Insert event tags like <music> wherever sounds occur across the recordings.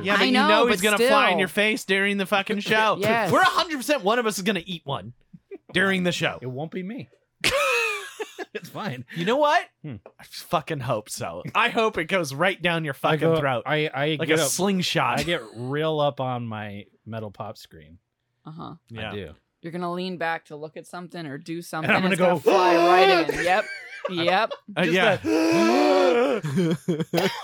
always but gonna fly in still. your face during the <laughs> fucking show. Yes. We're hundred percent one of us is gonna eat one during the <laughs> show. It won't be me. it's fine. You know what? Hmm. I fucking hope so. I hope it goes right down your I fucking go- throat. I, I like get a up- slingshot. I get real up on my metal pop screen. Uh huh. yeah. I do. You're gonna lean back to look at something or do something. gonna it's go, fly right <gasps> in. Yep. Yep. Uh, Just yeah.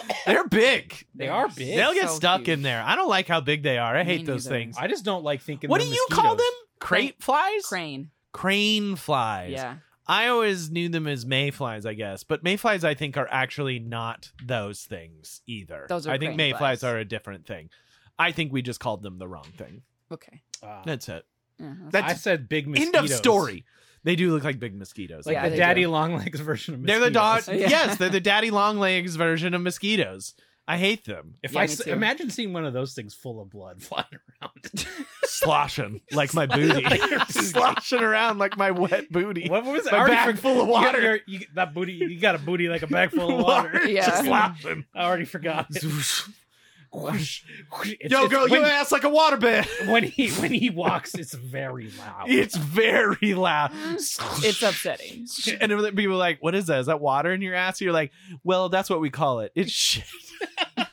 <laughs> They're big. They are big. They'll get so stuck huge. in there. I don't like how big they are. I Me hate those neither. things. <gasps> I just don't like thinking. What do they're you call them? mosquitoes. Crate flies? Crane. Crane flies. Yeah. I always knew them as mayflies, I guess. But mayflies, I think, are actually not those things either. Those are I think crane mayflies flies. are a different thing. I think we just called them the wrong thing. Okay. Ah. That's it. Yeah, that's- That's I said big end mosquitoes. of story. They do look like big mosquitoes. Like Yeah, the they daddy do. long legs version of They're mosquitoes. the dog. <laughs> Yeah. Yes, they're the daddy long legs version of mosquitoes. I hate them. If Yeah, I me s- too. imagine seeing one of those things full of blood <laughs> flying <laughs> around. Sloshing like my booty. Sloshing around like my wet booty. what was it? I My already back forg- full of you got water. your- you- that booty, you got a booty like a bag <laughs> full of water. Yeah. Just sloshing. I <laughs> already forgot. it. Whoosh, whoosh. It's- it's when, ass like a waterbed. when he when he walks, it's very loud. It's very <laughs> loud. <laughs> it's upsetting. And then people are like, "What is that? Is that water in your ass?" You're like, "Well, that's what we call it. It's shit. Oh,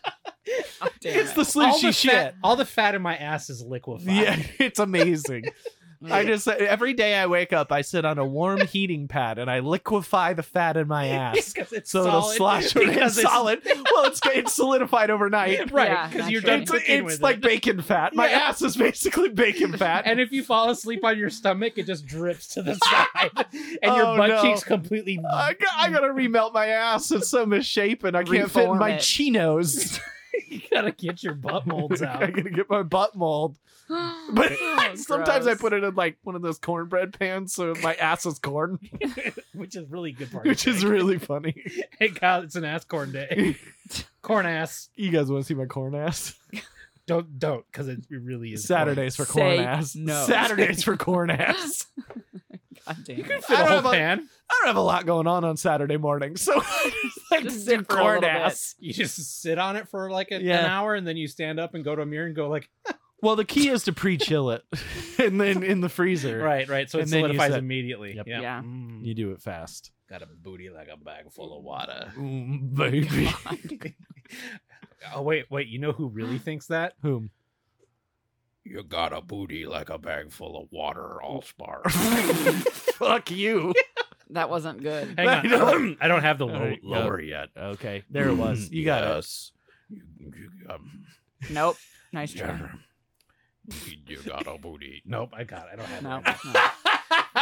<laughs> damn It's it. the all slushy the shit. fat, all the fat in my ass is liquefied. Yeah, <laughs> it's amazing. I just every day I wake up, I sit on a warm <laughs> heating pad and I liquefy the fat in my ass. <laughs> because it's So it'll solid. slosh around. <laughs> because It's solid. Well, it's it's solidified overnight. right? Yeah, Because you're naturally. done <gasps> It's, cooking it's with like it. bacon fat. My Yeah. ass is basically bacon fat. And if you fall asleep on your stomach, it just drips to the <laughs> side, and Oh, your butt no. cheeks completely. <laughs> I, got, I gotta remelt my ass. It's so misshapen. I can't fit in Reform my it. chinos. you <laughs> gotta get your <laughs> butt molds I out. gotta get my butt mold. <laughs> But Oh, sometimes I gross. put it in like one of those cornbread pans, so my ass is <laughs> corn, <laughs> which is really good part. which is really funny. hey, <laughs> Kyle, it's an ass <laughs> corn day. corn ass. You guys want to see my corn ass? Don't don't because it really is corn. Saturdays for corn Say ass. no. Saturdays for corn <laughs> ass. God Oh, damn You it. can fit I a don't whole have a- pan. I don't have a lot going on on Saturday morning, so <laughs> I just <laughs> like Just to do sit for a corn little bit. ass. You just sit on it for like an, Yeah. an hour, and then you stand up and go to a mirror and go like, Well, the key is to pre-chill it, <laughs> and then in the freezer, right, right. So it And then you solidifies said- immediately. Yep. Yeah. <laughs> Yeah. <laughs> Mm. you do it fast, got a booty like a bag full of water. Mm, baby. <laughs> Oh wait, wait. You know who really thinks that? <laughs> Whom? You got a booty like a bag full of water, all spar. Fuck you. That wasn't good. <laughs> Hang I know. on, <laughs> <coughs> I don't have the low, All right, lower yet. Okay, there it was. <laughs> You got it. yes. You, you, um, Nope. Nice try. yeah. You- you got a booty. Nope, I got. It. I don't have. No. it. no.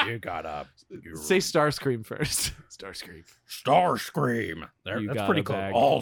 <laughs> You got a you, Say Starscream <laughs> first. Starscream. star scream. There, You that's got pretty a cool. bag. All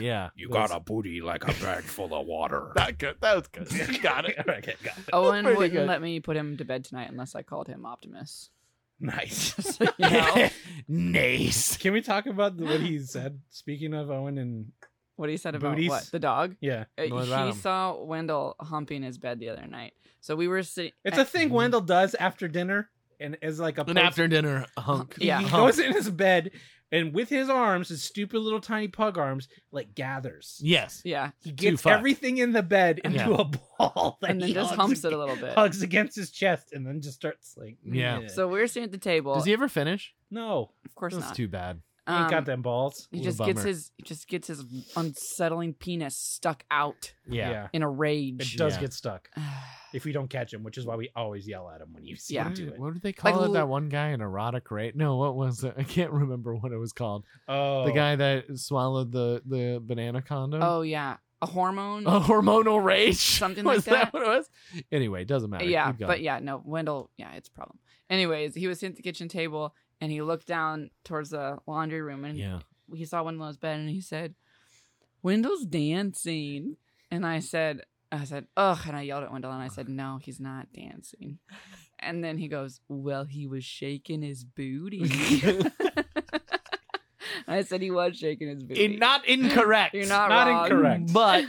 <laughs> Yeah. You got a booty like a bag full of water. That good. That was good. <laughs> You got it. okay, got it. Owen Pretty wouldn't good. let me put him to bed tonight unless I called him <laughs> Optimus. <laughs> <laughs> Nice. So, <laughs> you know, nice. Can we talk about the, what he said? Speaking of Owen and what he said about Booties. what the dog. yeah, Uh, What about he him? saw Wendell humping his bed the other night. So we were sitting. it's a thing Wendell does after dinner, and is like a An post- after dinner hunk. Yeah. He Hump. goes in his bed and with his arms, his stupid little tiny pug arms, like gathers. Yes. yeah, He Two gets fuck. everything in the bed into Yeah. a ball, <laughs> that and then he just hugs humps it a ag- little bit. Hugs against his chest and then just starts like Yeah. So we were sitting at the table. Does he ever finish? no, of course That's not. too bad. he ain't got Um, them balls. he What a just gets bummer. his he just gets his unsettling penis stuck out Yeah. in a it rage. does Yeah. get stuck if we don't catch him, which is why we always yell at him when <laughs> you see Yeah. him What do did, it. what did they call Like it? l- That one guy in erotic rape? No, what was it? I can't remember what it was called. Oh, The guy that swallowed the the banana condom. <sighs> oh yeah, a hormone. A hormonal rage. <laughs> Something was like that. What it was? Anyway, it doesn't matter. yeah, Keep going. but yeah, no, Wendell, yeah, it's a problem. Anyways, he was sitting at the kitchen table and he looked down towards the laundry room and yeah. he saw Wendell's bed and he said, Wendell's dancing. And I said, I said, ugh. And I yelled at Wendell and I said, no, he's not dancing. And then he goes, well, he was shaking <laughs> his booty. <laughs> I said he was shaking his booty. In- not incorrect. You're not, Not wrong. incorrect. But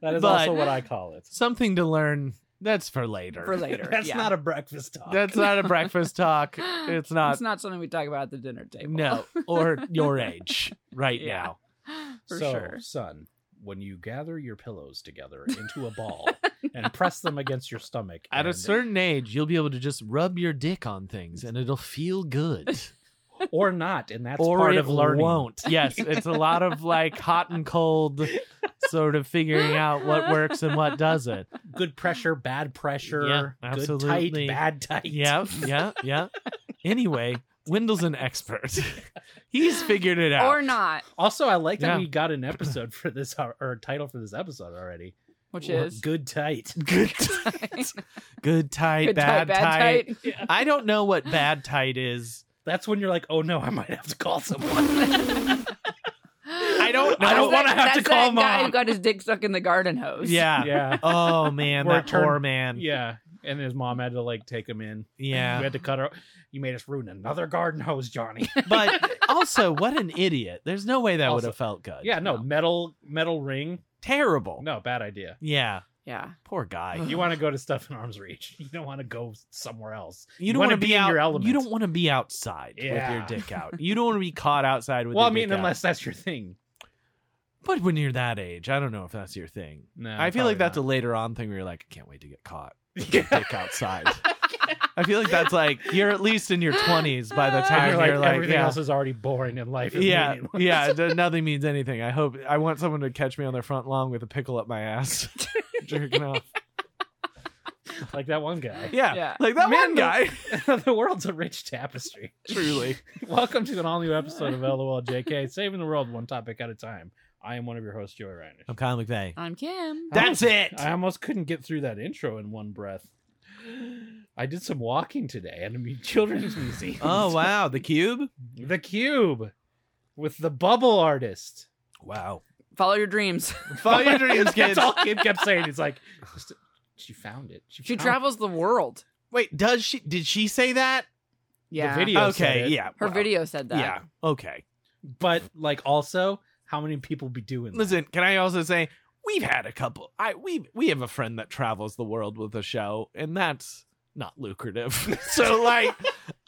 that <laughs> is But- also what I call it. something to learn. That's for later. For <laughs> later. That's yeah. <gasps> not a breakfast talk. That's not a breakfast <laughs> talk. It's not. It's not something we talk about at the dinner table. no, or your age right Yeah. now. <gasps> For so, sure. son, when you gather your pillows together into a ball and press them against your stomach. <laughs> At a and- certain age, you'll be able to just rub your dick on things and it'll feel good. or not, and <laughs> that's or part it of learning. won't. Yes, it's a lot of like hot and cold sort of figuring out what works and what doesn't. Good pressure, bad pressure, Yeah, good tight, absolutely. bad tight. Yeah, yeah, yeah. Anyway, Wendell's an expert. <laughs> He's figured it out. Or not, Also, I like that Yeah. we got <clears throat> an episode for this uh, or a title for this episode already. which is <laughs> good tight. <laughs> Good tight. Good tight, Good bad, tight, tight. tight. I don't know what bad tight is. <laughs> That's when you're like, oh no, I might have to call someone. <laughs> <laughs> I don't know. <laughs> I don't That's wanna that- have to that's call that guy mom. who got his dick stuck in the garden hose. Yeah. <laughs> yeah, Oh man, Or that turn- poor man. Yeah. yeah. And his mom had to like take him in. We had to cut her. You made us ruin another garden hose, <laughs> Johnny. <laughs> But also, what an idiot. There's no way that would Also- have felt good. yeah, no metal metal ring. Terrible. No, bad idea. Yeah. Yeah. Poor guy. Ugh. You, You want to go to stuff in arm's reach. <laughs> You don't want to go somewhere else. don't wanna want to be, be in out. your element. You don't want to be outside Yeah. with your dick <laughs> out. You don't want to be caught outside with. well, I your mean, dick out. unless that's your thing. But when you're that age, I don't know if that's your thing. No, I feel like that's a probably later on thing where you're like, I can't wait to get <laughs> caught. not. Get dick <laughs> outside. I feel like that's like you're at least in your 20s by the And time And you're you're like, like, everything yeah. else is already boring in life. is yeah, meaningless. yeah. th- nothing means anything. I hope I want someone to catch me on their front lawn with a pickle up my ass, <laughs> jerking off. <laughs> like that one guy. <laughs> Yeah, Yeah. like that Man, one the- guy. the world's a rich tapestry. <laughs> Truly, Welcome to an all new episode of LOL JK, saving the world one topic at a time. I am one of your hosts, Joey Reiner. I'm Kyle McVeigh. I'm Kim. That's it. I almost couldn't get through that intro in one breath. I did some walking today at a children's museum. Oh wow, the cube. The cube with the bubble artist. Wow. Follow your dreams. <laughs> Follow your dreams, kids. <laughs> That's all Kim kept saying. It's like just- she found it. She, She found travels the world. Wait, does she? Did she say that? Yeah. video. Theo said okay, it. yeah. Her well, video said that. Yeah. Okay. it. But like also, how many people be doing? that? Listen, can I also say we've had a couple. I we we have a friend that travels the world with a show, and that's not lucrative. <laughs> so like,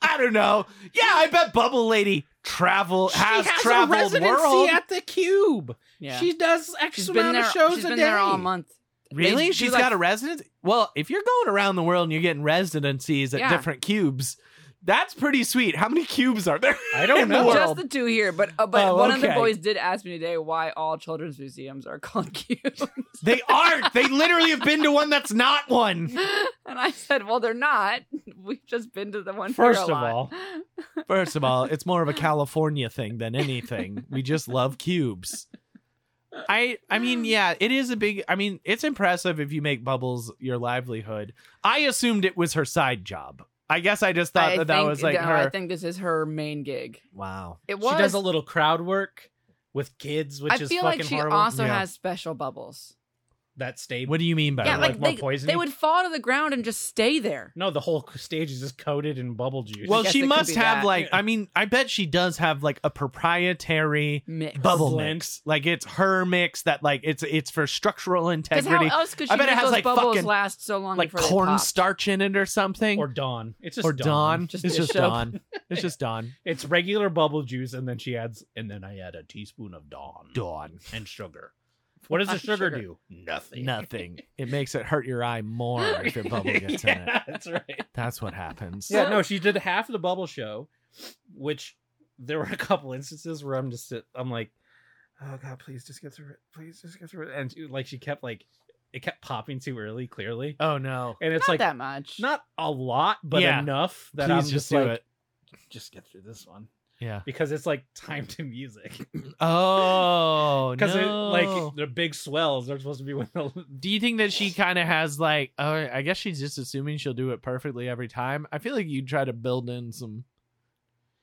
I don't know. Yeah, I bet Bubble Lady travel She has, has a traveled residency world. at the Cube. Yeah. She does X She's amount been there. of shows She's a been day. there all month. really? They she's do, like- got a residence. Well, if you're going around the world and you're getting residencies at Yeah. different cubes, that's pretty sweet. How many cubes are there? I don't in know. The world? Just the two here, but uh, but Oh, one of okay. the boys did ask me today why all children's museums are <laughs> called cubes, They aren't. They literally have been to one that's not one. and I said, "Well, they're not. We've just been to the one." here First a of lot." <laughs> all, First of all, it's more of a California thing than anything. We just love cubes. I I mean, yeah, it is a big I mean, it's impressive if you make bubbles your livelihood. I assumed it was her side job. I guess I just thought I that that think- was like no, her. I think this is her main gig. wow. It was. she does a little crowd work with kids, which I is feel fucking like she horrible. also Yeah. has special bubbles. that stage. What do you mean by Yeah, that? like like more they, poisoning? they would fall to the ground and just stay there. no, the whole stage is just coated in bubble juice. well, guess she it could must be have that. like Yeah. I mean, I bet she does have like a proprietary Mix. bubble Blend. mix. Like it's her mix that like it's it's for structural Because integrity. how else could she I bet it make has, those like, bubbles fucking- last so long? like before they corn pop? starch in it or something or Dawn. It's just or Dawn. Just it's dish just soap. Dawn. It's just Dawn. It's regular bubble juice, and then she adds, and then I add a teaspoon of Dawn <laughs> Dawn. and sugar. What does the sugar, Sugar. do? Nothing. <laughs> Nothing. It makes it hurt your eye more if your bubble gets in it. yeah, that's right. <laughs> That's what happens. <laughs> Yeah, no, she did half of the bubble show, which there were a couple instances where I'm just I'm like, oh god, please just get through it, please just get through it, and she, like she kept like it kept popping too early, clearly, Oh no. and it's Not like that much. not a lot, but Yeah. enough that Please I'm just, just, do like, it. just get through this one Yeah. because it's like timed to music <laughs> Oh <laughs> because no. like they're big swells. They're supposed to be when the do you think that she kind of has like? Oh, I guess she's just assuming she'll do it perfectly every time. I feel like you try to build in some.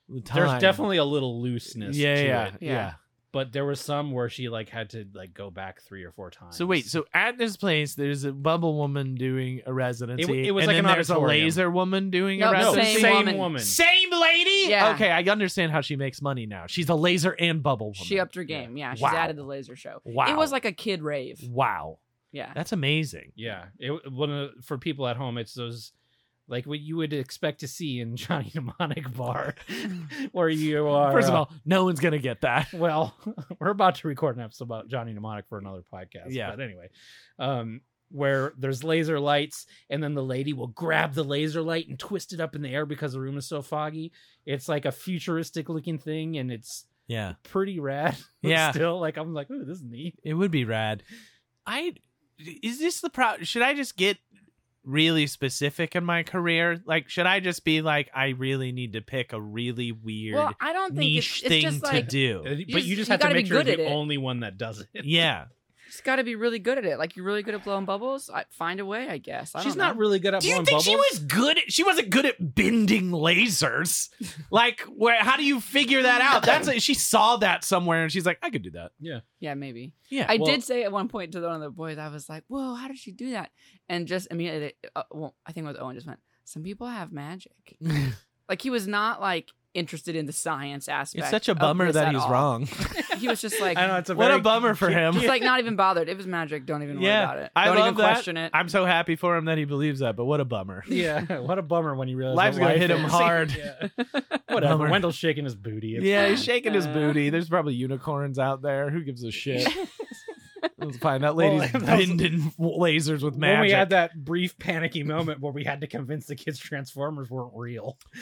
the there's time. definitely a little looseness. yeah, to yeah, it, yeah, Yeah. but there was some where she like had to like go back three or four times. So wait, so at this place, there's a bubble woman doing a residency. It- it was and like then an there's a auditorium. laser woman doing a No, the no, residency. same, same woman. woman. Same lady. Yeah. Okay, I understand how she makes money now. She's a laser and bubble woman. She upped her game. Yeah, she's Wow. added the laser show. Wow. It was like a kid rave. wow, Yeah. that's amazing. Yeah, it one of the- for people at home, it's those like what you would expect to see in <laughs> Johnny Mnemonic Bar, <laughs> where you are. First of uh, all, no one's gonna get that. well, <laughs> we're about to record an episode about Johnny Mnemonic for another podcast. Yeah. But anyway, um, where there's laser lights, and then the lady will grab the laser light and twist it up in the air because the room is so foggy. It's like a futuristic looking thing, and it's <laughs> Yeah, pretty rad. <laughs> but Yeah. Still, like I'm like, ooh, this is neat. it would be rad. I is this the pro? Should I just get really specific in my career? Like, should I just be like, I really need to pick a really weird well, I don't think niche it's, it's thing just to like do? Uh, but just- you just you have to gotta make be sure good you're at the it. only one that does it. yeah, you just got to be really good at it. Like you're really good at blowing bubbles. I, find a way, I guess. I She's don't know. not really good at Do you blowing think bubbles. she was good? At, she wasn't good at bending <laughs> lasers. like, where? How do you figure that out? That's a, she saw that somewhere, and she's like, I could do that. Yeah, maybe. Yeah, I well- <laughs> did say at one point to one of the boys, I was like, "Whoa, how did she do that?" And just immediately, uh, well, I think it was Owen just went. Some people have magic. Like he was not like interested in the science aspect. it's such a of bummer this that at he's <laughs> all. wrong. He was just <laughs> like, I know it's a What a very- bummer for him. he's like not even bothered. It was magic. Don't even worry Yeah, about it. I Don't love even that. question it. I'm so happy for him that he believes that, but what a bummer. <laughs> Yeah, <laughs> what a bummer when you realize Life's what gonna life hit him is. hard. <laughs> Yeah. Whatever. Bummer. Wendell's shaking his booty. <laughs> It's Yeah, he's shaking his Uh. booty. There's probably unicorns out there. Who gives a <laughs> shit? It's fine. That lady's <laughs> that was- bending lasers with magic. When we had that brief panicky moment where we had to convince the kids Transformers weren't real. I'm-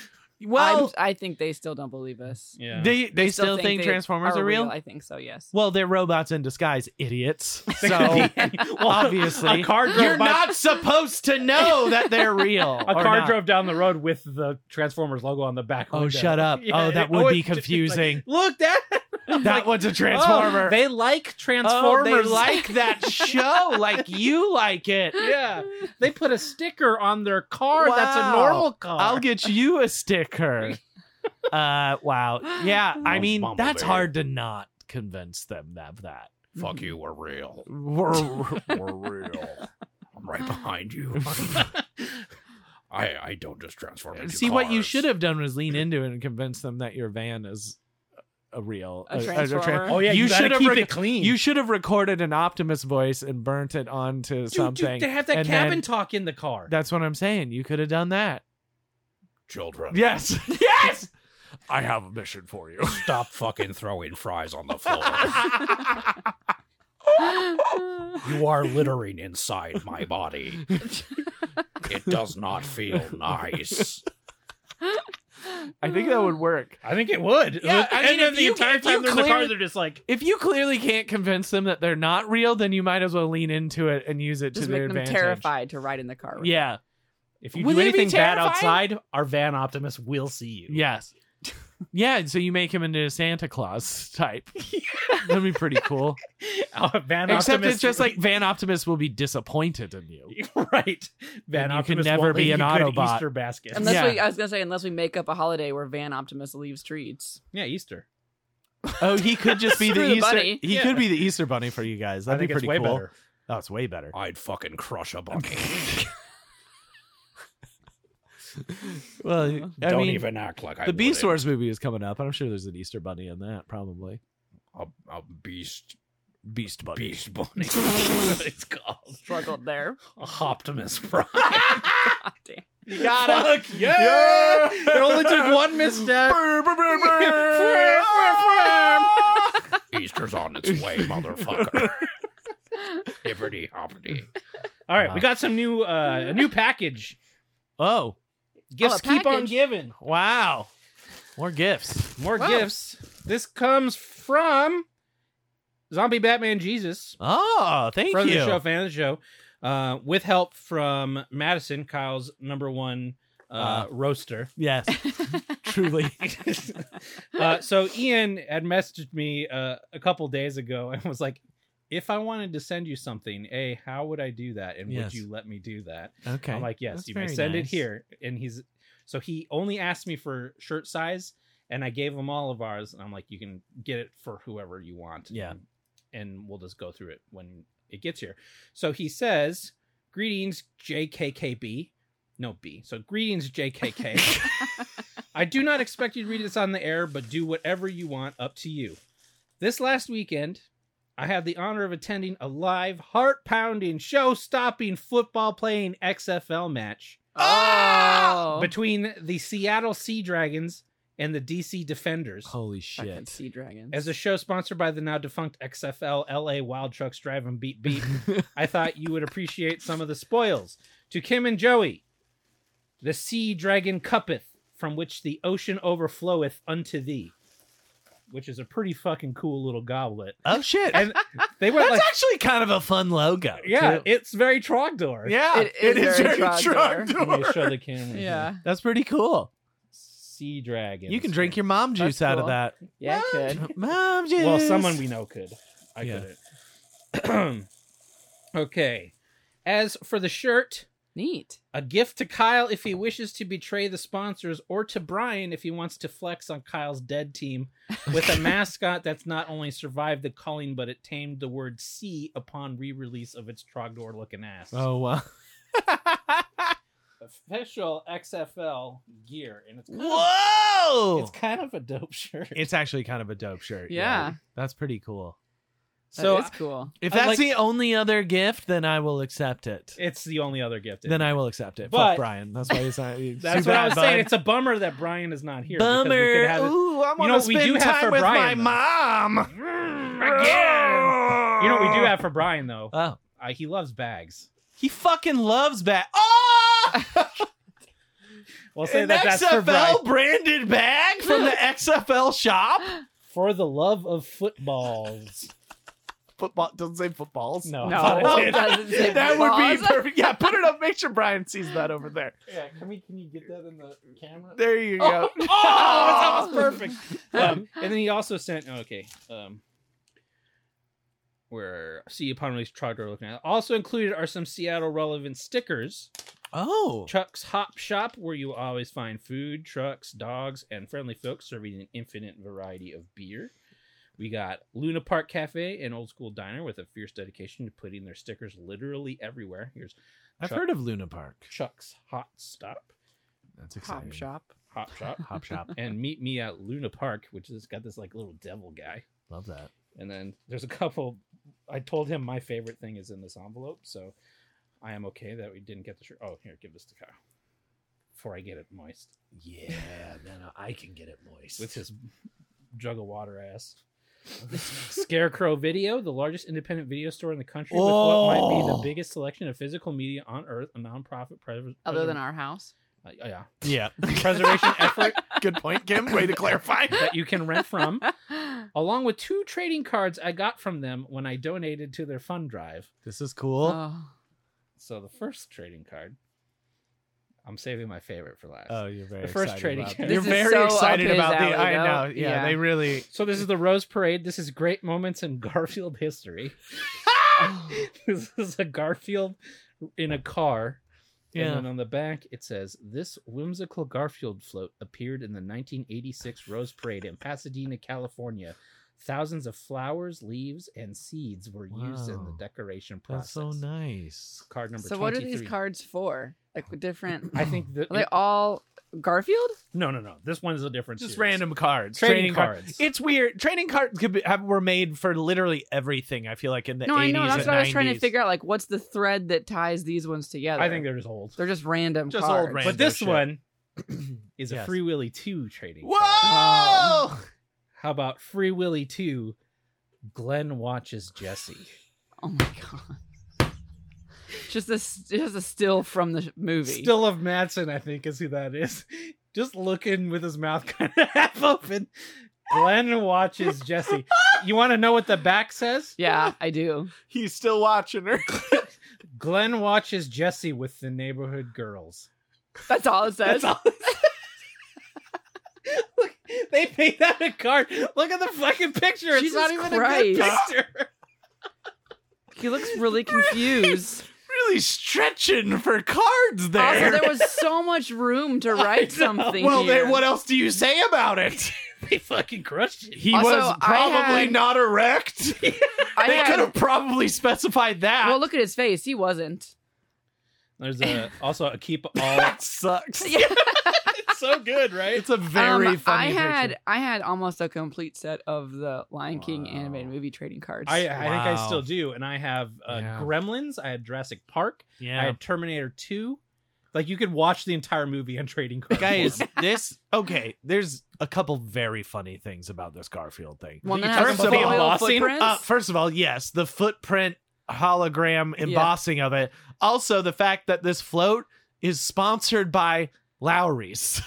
well, I think they still don't believe us. Yeah. they they still, think, they Transformers are real. I think so. Yes. <laughs> Well, they're robots in disguise, <laughs> idiots. So <laughs> obviously, a car drove you're by- not supposed to know that they're real. a car drove down the road with the Transformers logo on the back. Oh, window. shut up. Yeah, oh, that it would be was just like, confusing. Look, <laughs> that that one's a transformer. Oh, they like Oh, Transformers. they like that <laughs> show, like you like it. <laughs> yeah, they put a sticker on their car. That's a Wow. normal car. I'll get you a sticker. uh, wow. Yeah, I Oh, mean Bumblebee. that's hard to not convince them of that. Fuck you, We're real. <laughs> We're- We're real. I'm right behind you. I I don't just transform into See what you cars. should have done was lean into it and convince them that your van is a real A tra- transformer. Oh yeah, You you, should should have keep rec- it clean. You should have recorded an Optimus voice and burnt it onto Dude, something. Dude, they have that and cabin then- talk in the car. that's what I'm saying. You could have done that. children. Yes. <laughs> Yes. I have a mission for you. <laughs> Stop fucking throwing fries on the floor. You are littering inside my body. It does not feel nice. I think that <laughs> would work. I think it would. Yeah, I mean, and then if the you- entire if you time they're in the car, clear- they're just like, If you clearly can't convince them that they're not real, then you might as well lean into it and use it Just to their make them advantage. terrified to ride in the car. with you. Yeah. if you Would do it be anything bad terrifying? outside, our van Optimus will see you. Yes. Yeah, and so you make him into a Santa Claus type. That'd be pretty cool. <laughs> Our van Except Optimus, it's just <laughs> like Van Optimus will be disappointed in you. right. And you can Van Optimus never won't be an leave you good Autobot. Easter basket. Unless Yeah. we, I was gonna say, unless we make up a holiday where Van Optimus leaves treats. yeah, Easter. Oh, he could just be Screw the the Easter. bunny. He Yeah. could be the Easter bunny for you guys. I That'd think be it's pretty way cool. <laughs> better. Oh, it's way better. I'd fucking crush a bunny. Well, I don't mean, even act like I. the Beast wouldn't. Wars movie is coming up, and I'm sure there's an Easter bunny in that probably. A, a beast. Beast bunny. Beast bunny. <laughs> it's called Struggled <laughs> there. <laughs> Optimus Prime. God damn. You Fuck yeah! <laughs> It only took <laughs> one misstep. <laughs> Easter's on its way, motherfucker. Hippity hoppity. <laughs> All right, Wow. we got some new uh, a new package. Oh, Gifts keep on package? giving. wow. More gifts. More Wow. gifts. This comes from Zombie Batman Jesus, Oh, thank friend you. of the show, fan of the show, uh, with help from Madison, Kyle's number one uh, Uh. roaster. Yes, <laughs> <laughs> truly. uh, so Ian had messaged me uh, a couple days ago <laughs> and was like, "If I wanted to send you something, a how would I do that, and Yes. would you let me do that?" Okay. I'm like, "Yes, That's you may very send it nice. here." And he's so he only asked me for shirt size, and I gave him all of ours, and I'm like, "You can get it for whoever you want." Yeah. and, and we'll just go through it when it gets here. So he says, "Greetings, JKKB." No B. So greetings, JKK. I do not expect you to read this on the air, but do whatever you want, up to you. This last weekend, I had the honor of attending a live, heart pounding, show stopping, football playing XFL match. Ah! Oh, between the Seattle Sea Dragons and the DC Defenders. Holy fucking shit. sea dragons. As a show sponsored by the now defunct XFL LA Wild Trucks Drive and Beat Beat, I thought you would appreciate some of the spoils. To Kim and Joey, the sea dragon cuppeth, from which the ocean overfloweth unto thee. Which is a pretty fucking cool little goblet. <laughs> Oh shit. And they <laughs> went That's like, actually kind of a fun logo. yeah, too. it's very Trogdor. yeah, It is very Trogdor. Let me Trogdor. show the camera. here. yeah, That's pretty cool. Sea dragon. You can drink your mom That's juice out cool. of that. yeah, mom, it could. ju- mom juice. Well, someone we know could. I Yeah. couldn't. <clears throat> okay. As for the shirt, Neat. a gift to Kyle if he wishes to betray the sponsors, or to Brian if he wants to flex on Kyle's dead team with a mascot that's not only survived the calling, but it tamed the word C upon re release of its Trogdor looking ass. Oh wow. Official XFL gear. And it's kind, Of, Whoa. it's kind of a dope shirt. It's actually kind of a dope shirt. Yeah. That's pretty cool. So so that is cool. If I that's like- the only other gift, then I will accept it. it's the only other gift. Then I will accept it. But- Fuck Brian. That's why he's not. he's <laughs> That's too what bad, I was saying. bud. It's a bummer that Brian is not here. because we could Bummer. have it- Ooh, I know want to what we spend do have time for with Brian, though? Mm, my mom. Again. You know what we do have for Brian though? Oh, Uh, he loves bags. he fucking loves bag. <laughs> Oh, We'll say an that that's for Brian. XFL branded bag from <laughs> the XFL shop. For the love of footballs. Football doesn't say footballs. No. No, <laughs> Oh, it doesn't say that would be balls. perfect. Yeah, put it up. Make sure Brian sees that over there. <laughs> Yeah, can we can you get that in the camera? There you Oh, go. Oh, <laughs> that was perfect. Oh! <laughs> Um, and then he also sent oh, okay. Um where see upon release Trogdor looking at. Also included are some Seattle relevant stickers. Oh, Chuck's Hop Shop, where you always find food, trucks, dogs, and friendly folks serving an infinite variety of beer. We got Luna Park Cafe, an old school diner with a fierce dedication to putting their stickers literally everywhere. Here's I've Chuck- heard of Luna Park. Chuck's Hot Stop, That's Pop shop. Hop Shop, Hop <laughs> shop. and Meet Me at Luna Park, which has got this like little devil guy. Love that. And then there's a couple. I told him my favorite thing is in this envelope, so I am okay that we didn't get the shirt. Oh, here, give this to Kyle before I get it moist. Yeah, then I can get it moist. with his jug of water ass. Scarecrow Video, the largest independent video store in the country, with what might be Oh. the biggest selection of physical media on earth, a nonprofit preser- Other than preser- our <gasps> house. uh, yeah yeah. <laughs> preservation effort Good point, Kim. Way to clarify. that you can rent from, along with two trading cards I got from them when I donated to their fund drive. This is cool. Oh. So the first trading card, I'm saving my favorite for last. Oh, you're very The first excited trading about card. You're This is very so up excited his about the. alley, I know. though. Yeah, Yeah. they <gasps> really. so this is the Rose Parade. This is great moments in <laughs> Garfield history. <laughs> this is a Garfield in a car. And then Yeah. on the back, it says, This whimsical Garfield float appeared in the 1986 Rose Parade in Pasadena, California. Thousands of flowers, leaves, and seeds were used in the Wow. decoration That's process. so nice. Card number So what are these 23. cards for? Like with different? <clears throat> I think that. Are they all Garfield? no, no, no. This one is a different Just series. random cards. Trading, card- cards. It's weird. Trading cards could be, have, were made for literally everything. I feel like in the No, 80s I know. That's and what I was trying to 90s. figure out. Like, what's the thread that ties these ones together? I think they're just old. they're just random. Just cards. old random But this shit. <clears throat> one is a Yes. Free Willy 2 trading. Whoa! card. Oh. How about Free Willy 2 Glenn watches Jesse? Oh my god! <laughs> Just a just a still from the sh- movie. Still of Madsen, I think, is who that is. <laughs> Just looking with his mouth <laughs> kind of half open. Glenn watches <laughs> Jesse. You want to know what the back says? Yeah, I do. He's still watching her. Glenn watches Jesse with the neighborhood girls. That's all it <laughs> says. That's all. it says. Look, they made that a card. Look at the fucking picture. it's Jesus not even a good Christ. picture. He looks <laughs> really confused. <laughs> really stretching for cards there. also, <laughs> there was so much room to write something. well, here. then what else do you say about it? <laughs> They fucking crushed it. He Also, was I probably had- not erect. I they had- could have probably specified that. Well, look at his face. He <laughs> wasn't. There's a also a keep all. that sucks. Yeah. it's so good, right? It's a very Um, funny. I had picture. I had almost a complete set of the Lion King Wow. animated movie trading cards. I, I think I Wow. still do, and I have uh, Yeah. Gremlins. I had Jurassic Park. I yeah. had Terminator 2. Like you could watch the entire movie on trading <laughs> cards. <laughs> Guys, this okay. There's a couple very funny things about this Garfield thing. One you that talking has about? foil Embossing? footprints. Uh, <laughs> first of all, yes, the footprint hologram Yeah. embossing of it. Also, the fact that this float is sponsored by <gasps> Lowry's.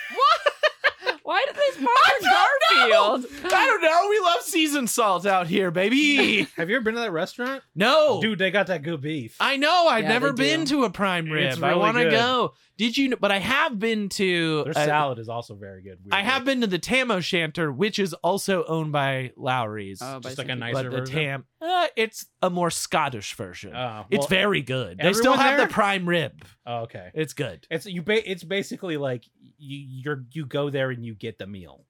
<laughs> <laughs> Why did they sponsor Garfield? <laughs> I don't know. We love seasoned salt out here, baby. have you ever been to that restaurant? No, Dude, they got that good beef. I know. I've Yeah, never they do. been to a prime rib. It's I really want to good. go. Did you? kn- But I have been to. Their uh, salad is also very good. I weirdly. have been to the Tam O'Shanter, which is also owned by Lowry's. Oh, just by like a some nicer but the version. Tam, uh, it's a more Scottish version. Oh, it's well- very good. They still everyone have there? the prime rib. oh, okay. It's good. It's you. Ba- it's basically like you you're you go there and you get the meal.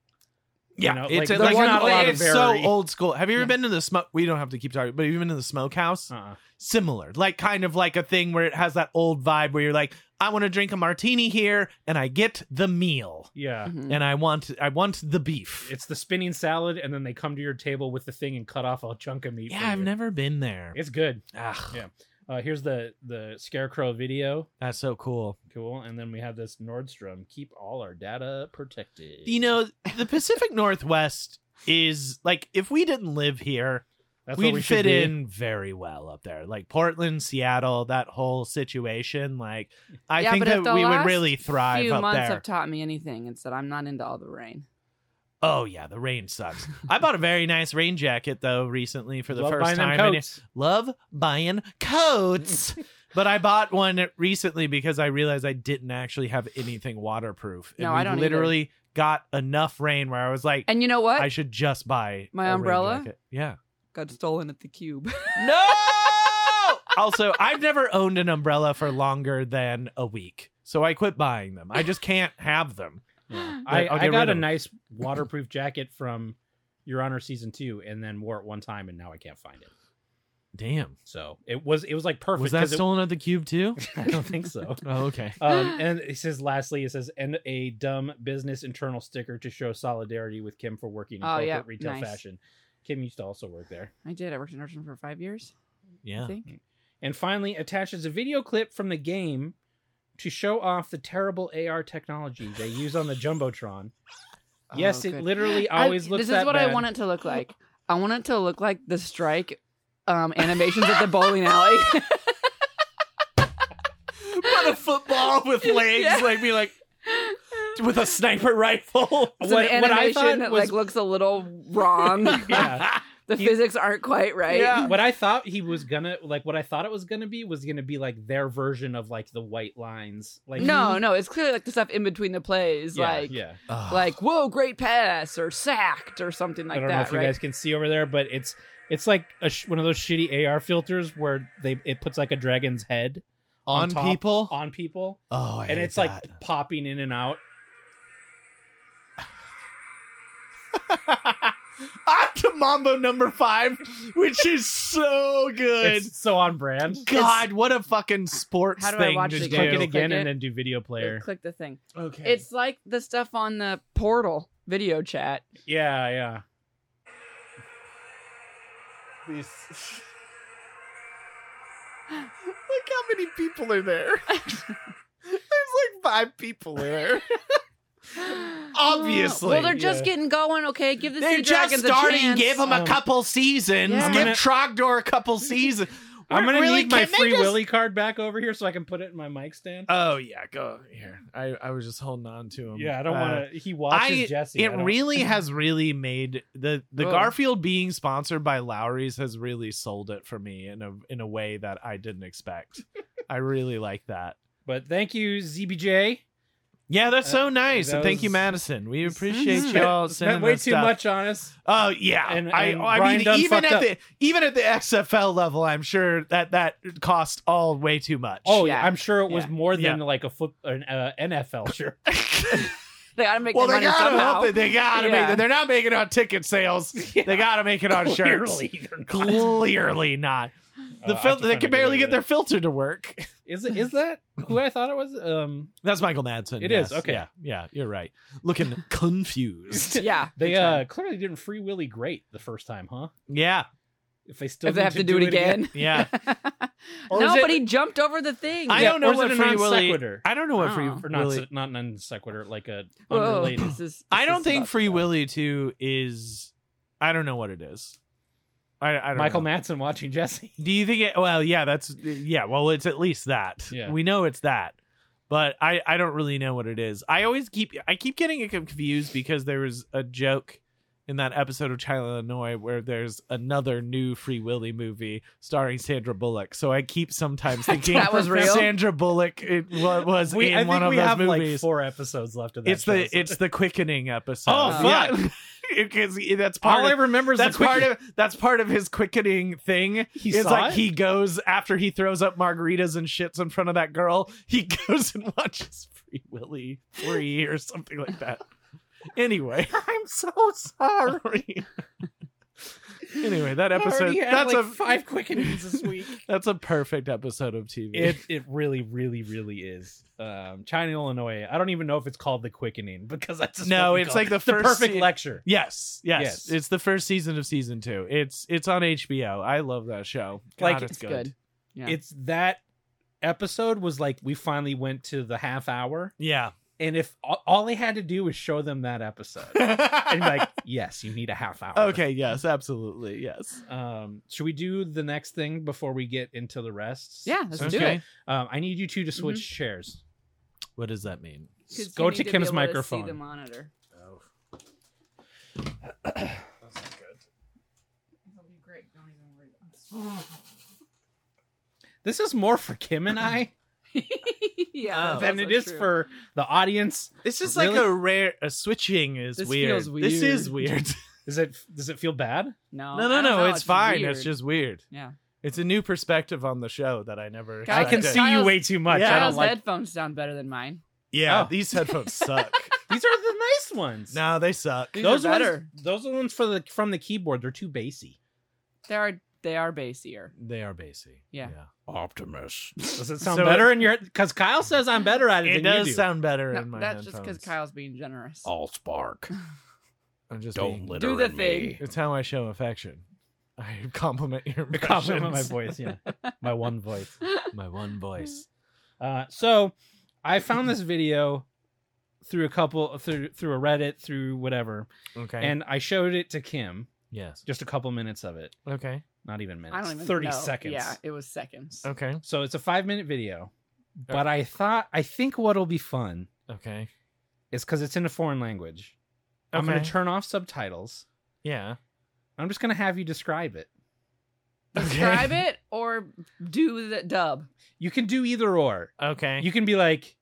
Yeah, know, it's like, like, there's not a lot it's of so variety. old school. Have you ever Yeah. been to the smoke? We don't have to keep talking, but have you been to the smokehouse? Uh-uh. Similar, like kind of like a thing where it has that old vibe where you're like, I want to drink a martini here, and I get the meal, Yeah. Mhm. and I want I want the beef. Mm. It's the spinning salad, and then they come to your table with the thing and cut off a chunk of meat. yeah, from I've you. never been there. It's good. <laughs> Ugh, Yeah. Uh, here's the the scarecrow video. that's so cool. Cool. And then we have this Nordstrom. Keep all our data protected. You know, the Pacific Northwest is like if we didn't live here, That's what we'd we should fit be. in very well up there. Like Portland, Seattle, that whole situation. Like I Yeah, think but if that the we would last really thrive few up months there. have taught me anything. It's that I'm not into all the rain. oh yeah, the rain sucks. I bought a very nice rain jacket though recently for the Love first buying them time. and it- coats. love buying <laughs> coats. But I bought one recently because I realized I didn't actually have anything waterproof. And No, we I don't either. literally got enough rain where I was like, And you know what? I should just buy My a rain umbrella? jacket. Yeah. Got stolen at the cube. No. <laughs> also, I've never owned an umbrella for longer than a week, so I quit buying them. I just can't have them. <laughs> Yeah. I, I'll I get rid got a of 'em. nice waterproof jacket from Your Honor season two, and then wore it one time, and now I can't find it. Damn. So it was it was like perfect. Was that 'cause it- stolen at the cube <laughs> too? I don't think so. Oh, okay. <laughs> <gasps> Um, and it says lastly, it says and a dumb business internal sticker to show solidarity with Kim for working in Oh, corporate yeah. retail Nice. fashion. Kim used to also work there. I did. I worked in nursing for five years. I Yeah. think. And finally, attaches a video clip from the game to show off the terrible AR technology they use on the <laughs> jumbotron. yes, Oh, it good. literally I- always looks. This that is what bad. I want it <gasps> to look like. I want it to look like the strike um, animations at the bowling alley. <laughs> But a football <laughs> with legs, Yeah. like be like with a sniper rifle. It's What- an what I animation thought that was- like looks a little wrong. <laughs> Yeah. <laughs> the You- physics aren't quite right. Yeah. what I thought he was gonna like what I thought it was gonna be was gonna be like their version of like the white lines. Like <laughs> No, no, it's clearly like the stuff in between the plays, yeah, like yeah. like whoa, great pass or sacked or something like I don't that. know if you right? guys can see over there, but it's it's like a sh- one of those shitty AR filters where they it puts like a dragon's head on on, top, people. on people, oh, I and hate it's that. like popping in and out. on to Mambo number five, which is so good. It's so on brand. God, what a fucking sports How do I thing watch to it do. again? Click it again Click it. and then do video player. click the thing. Okay. It's like the stuff on the portal video <gasps> chat. Yeah, yeah. Look how many people are <laughs> there. There's like five people there. Obviously. well, they're just Yeah. getting going. Okay, give the They're Sea just Dragons a starting. chance. Give them a Um, couple seasons. Yeah. I'm Give gonna- Trogdor a couple seasons. <laughs> I'm We're gonna really- need my can they free just- Willy card back over here so I can put it in my mic stand. Oh yeah, go here. I, I was just holding on to him. yeah, I don't Uh, want to. He watches I- Jesse. I It don't- <laughs> Oh. really has really made the the Whoa. Garfield being sponsored by Lowry's has really sold it for me in a in a way that I didn't <laughs> expect. I really like that. But thank you, ZBJ. Yeah, that's Uh, so nice. that and thank you, was- Madison. <laughs> We appreciate Mhm. y'all sending Spent way us too stuff. much on us. Oh yeah, And- I, and I Brian mean Dunn even fucked at up. the even at the XFL level, I'm sure that that cost all way too much. <laughs> Oh, Yeah. yeah. I'm sure it was Yeah. more than like a foot an uh, NFL shirt. They gotta make well, their they money gotta somehow. help it. They gotta make Yeah. it. They're not making it on ticket <laughs> sales. They gotta make it on shirts. Clearly they're not. Clearly not. The Uh, I have filter to they find can a good way barely to get their filter to work. <laughs> Is it is that who I thought it was? Um, That's Michael Madsen. It It is is, okay. Yeah, yeah, you're right. <laughs> Looking confused. <laughs> Yeah, they good time. uh clearly didn't free Willy great the first time, huh? Yeah, If they still if they need <laughs> have to, do, it again. yeah. Or no, is it- but he jumped over the thing. I Yeah, don't or know is what it a Oh. free non willy. sequitur? I don't know what I free don't or not willy. se- not non sequitur, like a Whoa, unrelated. this is- I this don't is think about- Free Willy two is. I don't know what it is. I, I don't Michael know. Madsen watching Jesse. Do you think it? Well, yeah, that's yeah. Well, it's at least that. Yeah. We know it's that, but I I don't really know what it is. I always keep I keep getting it confused because there was a joke in that episode of Child Illinois where there's another new Free Willy movie starring Sandra Bullock. So I keep <laughs> sometimes thinking That was real? Sandra Bullock it wa- was We, in I think one of we those have like movies. four episodes left of that. it's the show, so- it's the quickening episode. Oh, Yeah. fuck. <laughs> because that's part all I of, remember is that's the quick- part of that's part of his quickening thing He it's saw like it? he goes after he throws up margaritas and shits in front of that girl. He <laughs> goes and watches Free Willy free or something like that. Anyway, <laughs> I'm so sorry. anyway, that <laughs> I episode already had, that's like, a five quickenings this <laughs> week. <laughs> that's a perfect episode of TV. it it really really really is. Um, China Illinois. I don't even know if it's called the quickening because I just No, what we it's call like it. the first perfect se- lecture. yes, yes, Yes. it's the first season of season two. It's it's on HBO. I love that show. God, Like, it's It's good. Yeah. It's that episode was like we finally went to the half hour, <laughs> Yeah, and if all, all they had to do was show them that episode, and and be <laughs> like yes, you need a half hour. okay, yes, absolutely, yes. Um, should we do the next thing before we get into the rest? yeah, let's do Okay. it. Mm-hmm. Um, I need you two to switch chairs. What does that mean? 'Cause Go you to need be Kim's able see microphone. the monitor. <laughs> Oh. This is more for Kim and <laughs> I yeah, Oh. that's than it so is true. for the audience. This is like Really? a rare a switching is This weird. feels This is weird. weird. Is it? Does it feel bad? no, no, no, I don't no. know, It's, fine. weird. It's just weird. yeah. It's a new perspective on the show that I never. Guys, I can expected. see you Kyle's- way too much. Yeah. I Kyle's don't like. headphones sound better than mine. Yeah, Oh. these headphones suck. These are the nice <laughs> ones. no, they suck. These those are ones- better. Those are the ones for the from the keyboard. They're too bassy. They are they are bassier. They are bassy. Yeah. Optimus. Does it sound So better in your? Because Kyle says I'm better at it. It than you does do. sound better No, in my that's just headphones. because Kyle's being generous. I'll spark. I'm just Don't being- litter Do the in me. It's how I show affection. <laughs> I compliment your I compliment my <laughs> impressions. voice. Yeah, my one voice. My one voice. Uh, so I found this video through a couple through through a Reddit through whatever, Okay. and I showed it to Kim. yes. Just a couple minutes of it, Okay. not even minutes. I don't even Thirty know. seconds. Yeah, it was seconds. Okay. So it's a five minute video, but I thought I think what'll be fun Okay. is because it's in a foreign language. I'm going Okay. to turn off subtitles. Yeah. I'm just going to have you describe it. Okay. Describe it or do the dub. You can do either or. Okay. You can be like,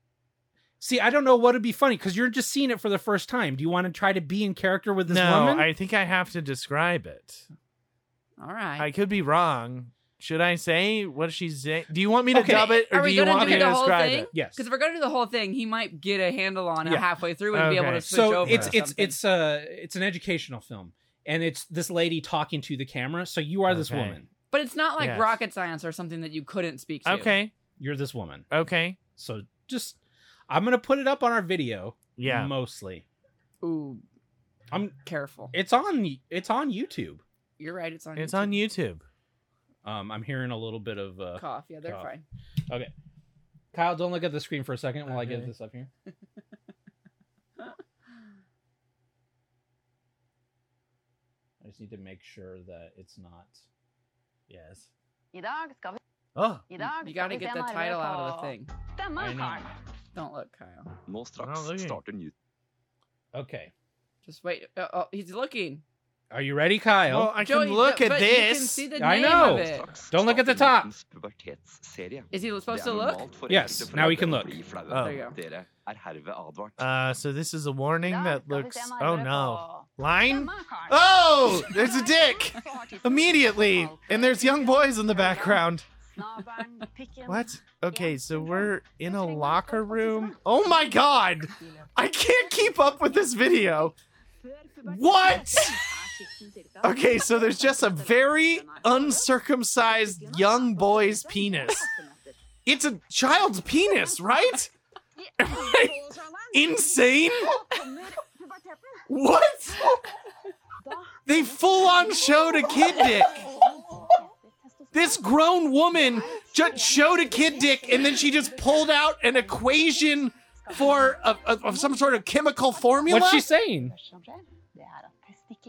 see, I don't know what would be funny because you're just seeing it for the first time. Do you want to try to be in character with this no, woman? I think I have to describe it. All right. I could be wrong. Should I say what she's saying? Do you want me to Okay. dub it, or Are do we you gonna want do me to the whole describe thing? it? yes. Because if we're gonna do the whole thing, he might get a handle on it Yeah. halfway through and be able Okay. to switch So over. it's or it's something. it's uh it's an educational film, and it's this lady talking to the camera. So you are this Okay. woman. but it's not like Yes. rocket science or something that you couldn't speak to. Okay. You're this woman. Okay. So just, I'm gonna put it up on our video. Yeah. Mostly, Ooh, I'm. careful. It's on. It's on YouTube. You're right. It's on. It's YouTube. on YouTube. Um, I'm hearing a little bit of. Uh, Cough. Yeah, they're Cough. fine. Kyle, don't look at the screen for a second while I get Okay. this up <laughs> here. I just need to make sure that it's not. Yes. I dag skal vi, Oh. i dag You skal gotta vi get se the nærmere title out of på the thing. Stemmer. Don't look, Kyle. Nå straks Hallelujah. starter Newt. Okay. Just wait. Uh, oh, he's looking. Are you ready, Kyle? Well, I Joey, can look but- at but You can this. see the I name know. Of it. Eh, Don't look at the top. Pubertetsserie. Is he supposed Det to <laughs> er look? normalt for Yes, enkelte now we foreldre can å look. bli flaue. Oh. There you go. Dere er herved advart. Uh, so this is a warning that looks. Oh no. I Line. <laughs> Oh, there's a <laughs> dick immediately, Oh, and there's young boys in the background. What? Okay, so we're in a locker room. Oh my god! I can't keep up with this video. What? Okay, so there's just a very uncircumcised young boy's penis. It's a child's penis, right? <laughs> Insane? What? They full on showed a kid dick. This <laughs> grown woman just showed a kid dick and then she just pulled out an equation for of, of, of some sort of chemical formula. What's she saying?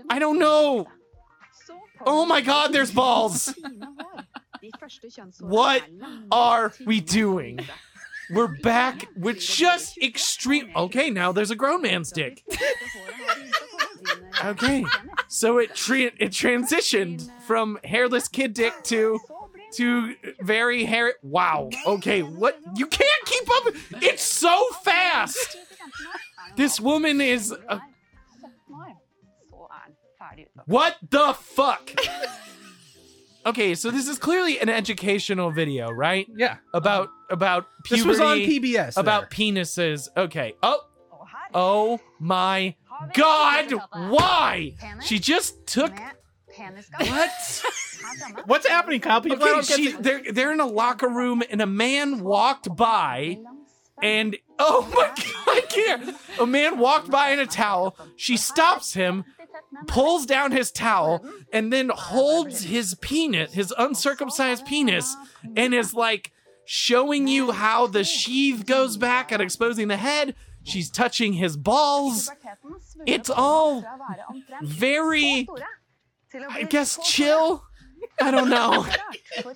I don't know. Oh my God, there's balls. What are we doing? We're back with just extreme. Okay, now there's a grown man's dick. Okay, so it tra- it transitioned from hairless kid dick to to very hair. Wow. Okay, what you can't keep up. It's so fast. This woman is a What the fuck? okay, so this is clearly an educational video, right? Yeah. About about puberty, This was on PBS. about penises. Okay. Oh, oh my god, why? She just took what? there. What's happening, Kyle? <laughs> People, I Okay, don't get she, the- they're they're in a locker room and a man walked by and oh my <laughs> god, I can't. A man walked by in a towel. She stops him, pulls down his towel, and then holds his penis, his uncircumcised penis, and is like showing you how the sheath goes back and exposing the head. She's touching his balls. It's all Very, very, I guess, chill. I don't know.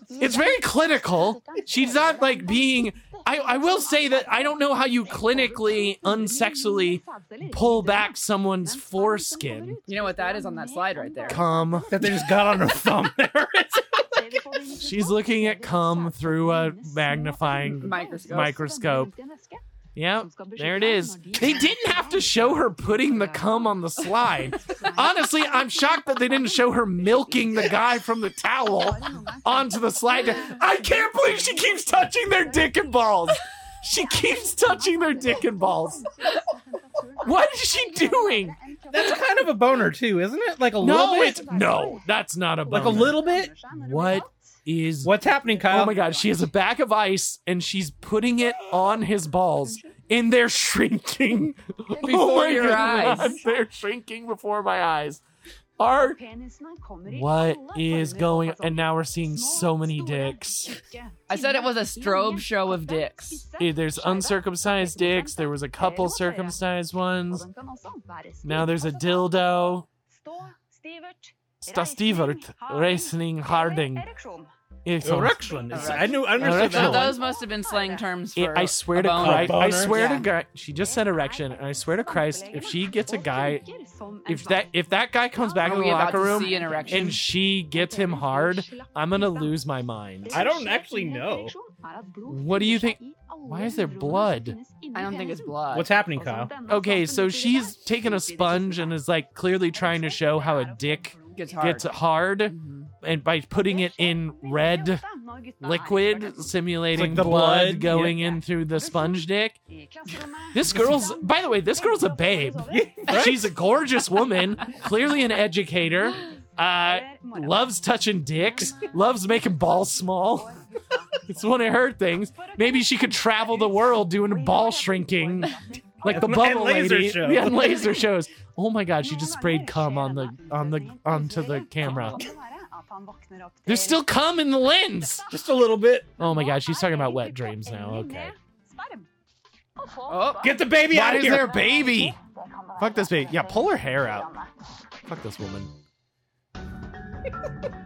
It's very clinical. She's not like being. I, I will say that I don't know how you clinically, unsexually pull back someone's foreskin. You know what that is on that slide right there. Cum. that they just got on her thumb there. She's looking at cum through a magnifying. Microscope. Microscope. Yep, there it is. They didn't have to show her putting the cum on the slide. <laughs> Honestly, I'm shocked that they didn't show her milking the guy from the towel onto the slide. I can't believe she keeps touching their dick and balls. She keeps touching their dick and balls. What is she doing? <laughs> That's kind of a boner too, isn't it? Like a little No, bit. it's no. That's not a Like boner. a little bit. What is? What's happening, Kyle? Oh my god, she has a bag of ice and she's putting it on his balls. And they're shrinking. oh <laughs> Before my your God, eyes. They're shrinking before my eyes. Are what is going and now we're seeing so many dicks. I said it was a strobe show of dicks. Eh, There's uncircumcised dicks, there was a couple circumcised ones. Now there's a dildo. Stastivert Reisning Harding. Erection. It's- I knew. I understood Erection. So that. one. those must have been slang terms It, for. Eh, I swear to a boner. Christ, I boner? swear to Yeah. God, she just said erection, and I swear to Christ, if she gets a guy, if that if that guy comes back Are in the we about locker to room see an erection? and she gets him hard, I'm gonna lose my mind. I don't actually know. What do you think? Why is there blood? I don't think it's blood. What's happening, Kyle? Okay, so she's taken a sponge and is like clearly trying to show how a dick Gets hard. gets hard, Mhm. and by putting it in red liquid, simulating the blood, blood, going in through the sponge <laughs> dick. This girl's, by the way, this girl's a babe. She's a gorgeous woman, clearly an educator. Uh, loves touching dicks, loves making balls small. It's one of her things. Maybe she could travel the world doing ball shrinking, like the And bubble laser lady. show. Yeah, and laser shows. Oh my god, she just sprayed cum on the on the onto the camera. There's still cum in the lens. Just a little bit. Oh my god, she's talking about wet dreams now. Okay. Oh, Get the baby out Why is of here. there a baby? Fuck this baby. Yeah, pull her hair out. Fuck this woman.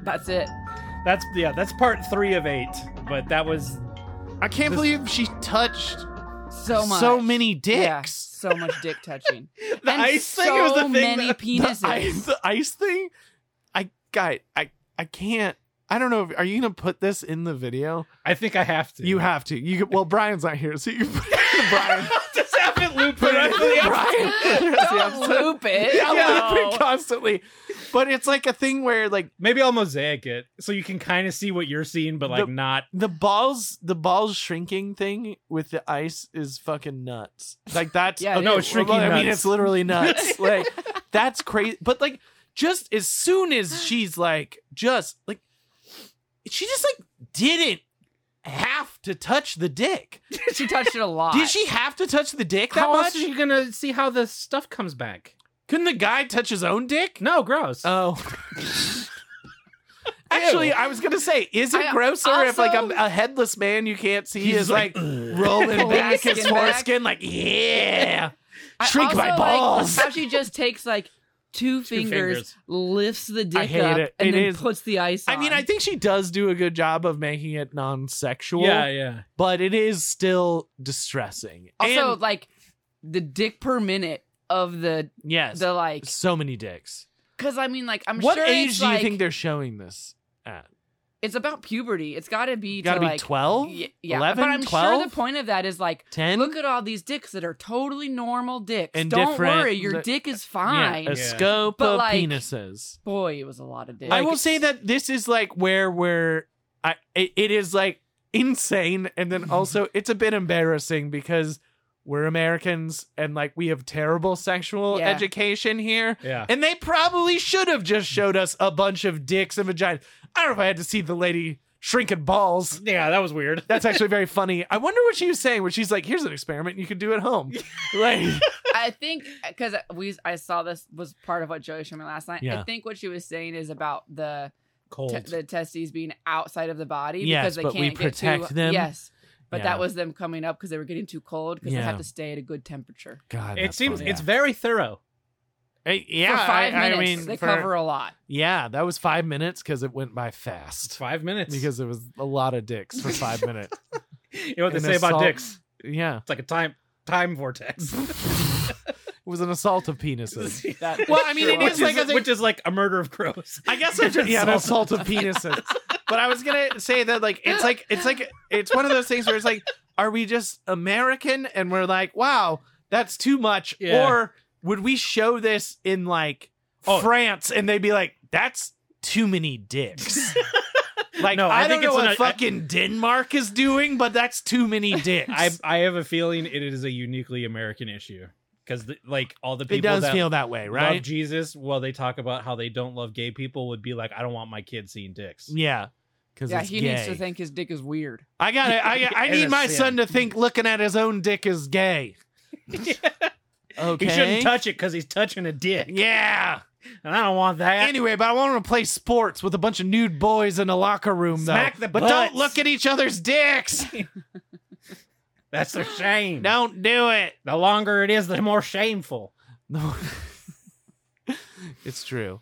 that's it. That's yeah. That's part three of eight. But that was I can't believe she touched So much. so many Yeah, dicks. so much dick <laughs> touching. the <laughs> and ice so thing. was the thing many that- penises. The ice, <laughs> the ice thing. I got. I I can't. I don't know. If, are you gonna put this in the video? <laughs> I think I have to. You have to. You could- well, Brian's not here, so you put it in the Brian. <laughs> just have it loop Put it it in right <laughs> for the the Brian. episode. There's the Don't episode. loop it. <laughs> <laughs> Yeah, No. I'm looping constantly. But it's like a thing where like Maybe I'll mosaic it so you can kind of see what you're seeing, but like The- not. the balls, the balls shrinking thing with the ice is fucking nuts. Like that's Yeah, it Oh, No, is. it's shrinking Well, I mean, nuts. it's literally nuts. like that's crazy. But like, just as soon as she's like, just like, she just like didn't have to touch the dick. <laughs> She touched it a lot. Did she have to touch the dick that How much? else are you gonna see how the stuff comes back? Um, <laughs> Couldn't the guy touch his own dick? No, gross. Oh. I Oh. Actually, I was gonna say, is it I grosser if like also- a, a headless man you can't see is like, rolling Pulling back his his skin back. foreskin, like yeah, I shrink my also like balls. how she just takes like two fingers, lifts the dick hate up, it. and It then is- puts the ice. I mean, I on. think she does do a good job of making it non-sexual, Yeah, yeah. but it is still distressing. also and, like the dick per minute of the yes, the like so many dicks. because I mean like I'm what sure age it's do you like think they're showing this at? it's about puberty. It's got to be Got to to be like 12, y- yeah. 11, but I'm 12? sure the point of that is like 10? look at all these dicks that are totally normal dicks. And Don't different- worry, your the- dick is yeah, fine. a Yeah. scope But, of like, penises. Boy, it was a lot of dick. I will say that this is like where we're. I it, it is like insane, and then <laughs> also it's a bit embarrassing because we're Americans and like we have terrible sexual Yeah. education here. Yeah. And they probably should have just showed us a bunch of dicks and vaginas. I don't know if I had to see the lady shrinking balls. Yeah, that was weird. That's actually very funny. I wonder what she was saying when she's like, "Here's an experiment you could do at <laughs> home." Like, I think because we I saw this was part of what Joey showed me last night. Yeah. I think what she was saying is about the Cold. te- the testes being outside of the body Yes, because they but can't we get protect too, them. Yes, but Yeah. that was them coming up because they were getting too cold because Yeah. they have to stay at a good temperature. God, it <laughs> that's seems funny. it's very thorough. Uh, yeah. for five I, minutes, I mean, they for- cover a lot. yeah, that was five minutes because it went by fast. Five minutes. because it was a lot of dicks for five minutes. <laughs> you know what they an say about assault- dicks? Yeah, It's like a time time <laughs> vortex. <laughs> it was an assault of penises. <laughs> That- Well, I mean, it which is like a thing- which is like a murder of crows. I guess I just, <laughs> yeah, an assault <laughs> of penises. But I was gonna say that like it's like it's like it's one of those things where it's like, are we just American and we're like, wow, that's too much, Yeah. or would we show this in like Oh. France and they'd be like, that's too many <laughs> dicks. Like No, I, I don't think know it's what an- I- fucking Denmark is doing, but that's too <laughs> many dicks. I I have a feeling it is a uniquely American issue because like all the people it does that feel that way, right? love Jesus, well, they talk about how they don't love gay people. Would be like, I don't want my kids seeing dicks. Yeah, because Yeah, he needs to think his dick is weird. I got to <laughs> I, I It need is, my yeah. son to think looking at his own dick is gay. <laughs> Okay. He shouldn't touch it because he's touching a dick, Yeah. and I don't want that. Anyway, but I want to play sports with a bunch of nude boys in a locker room, though. Smack the but butts. don't look at each other's dicks. <laughs> That's a shame. don't do it. The longer it is, the more shameful. No. <laughs> it's true.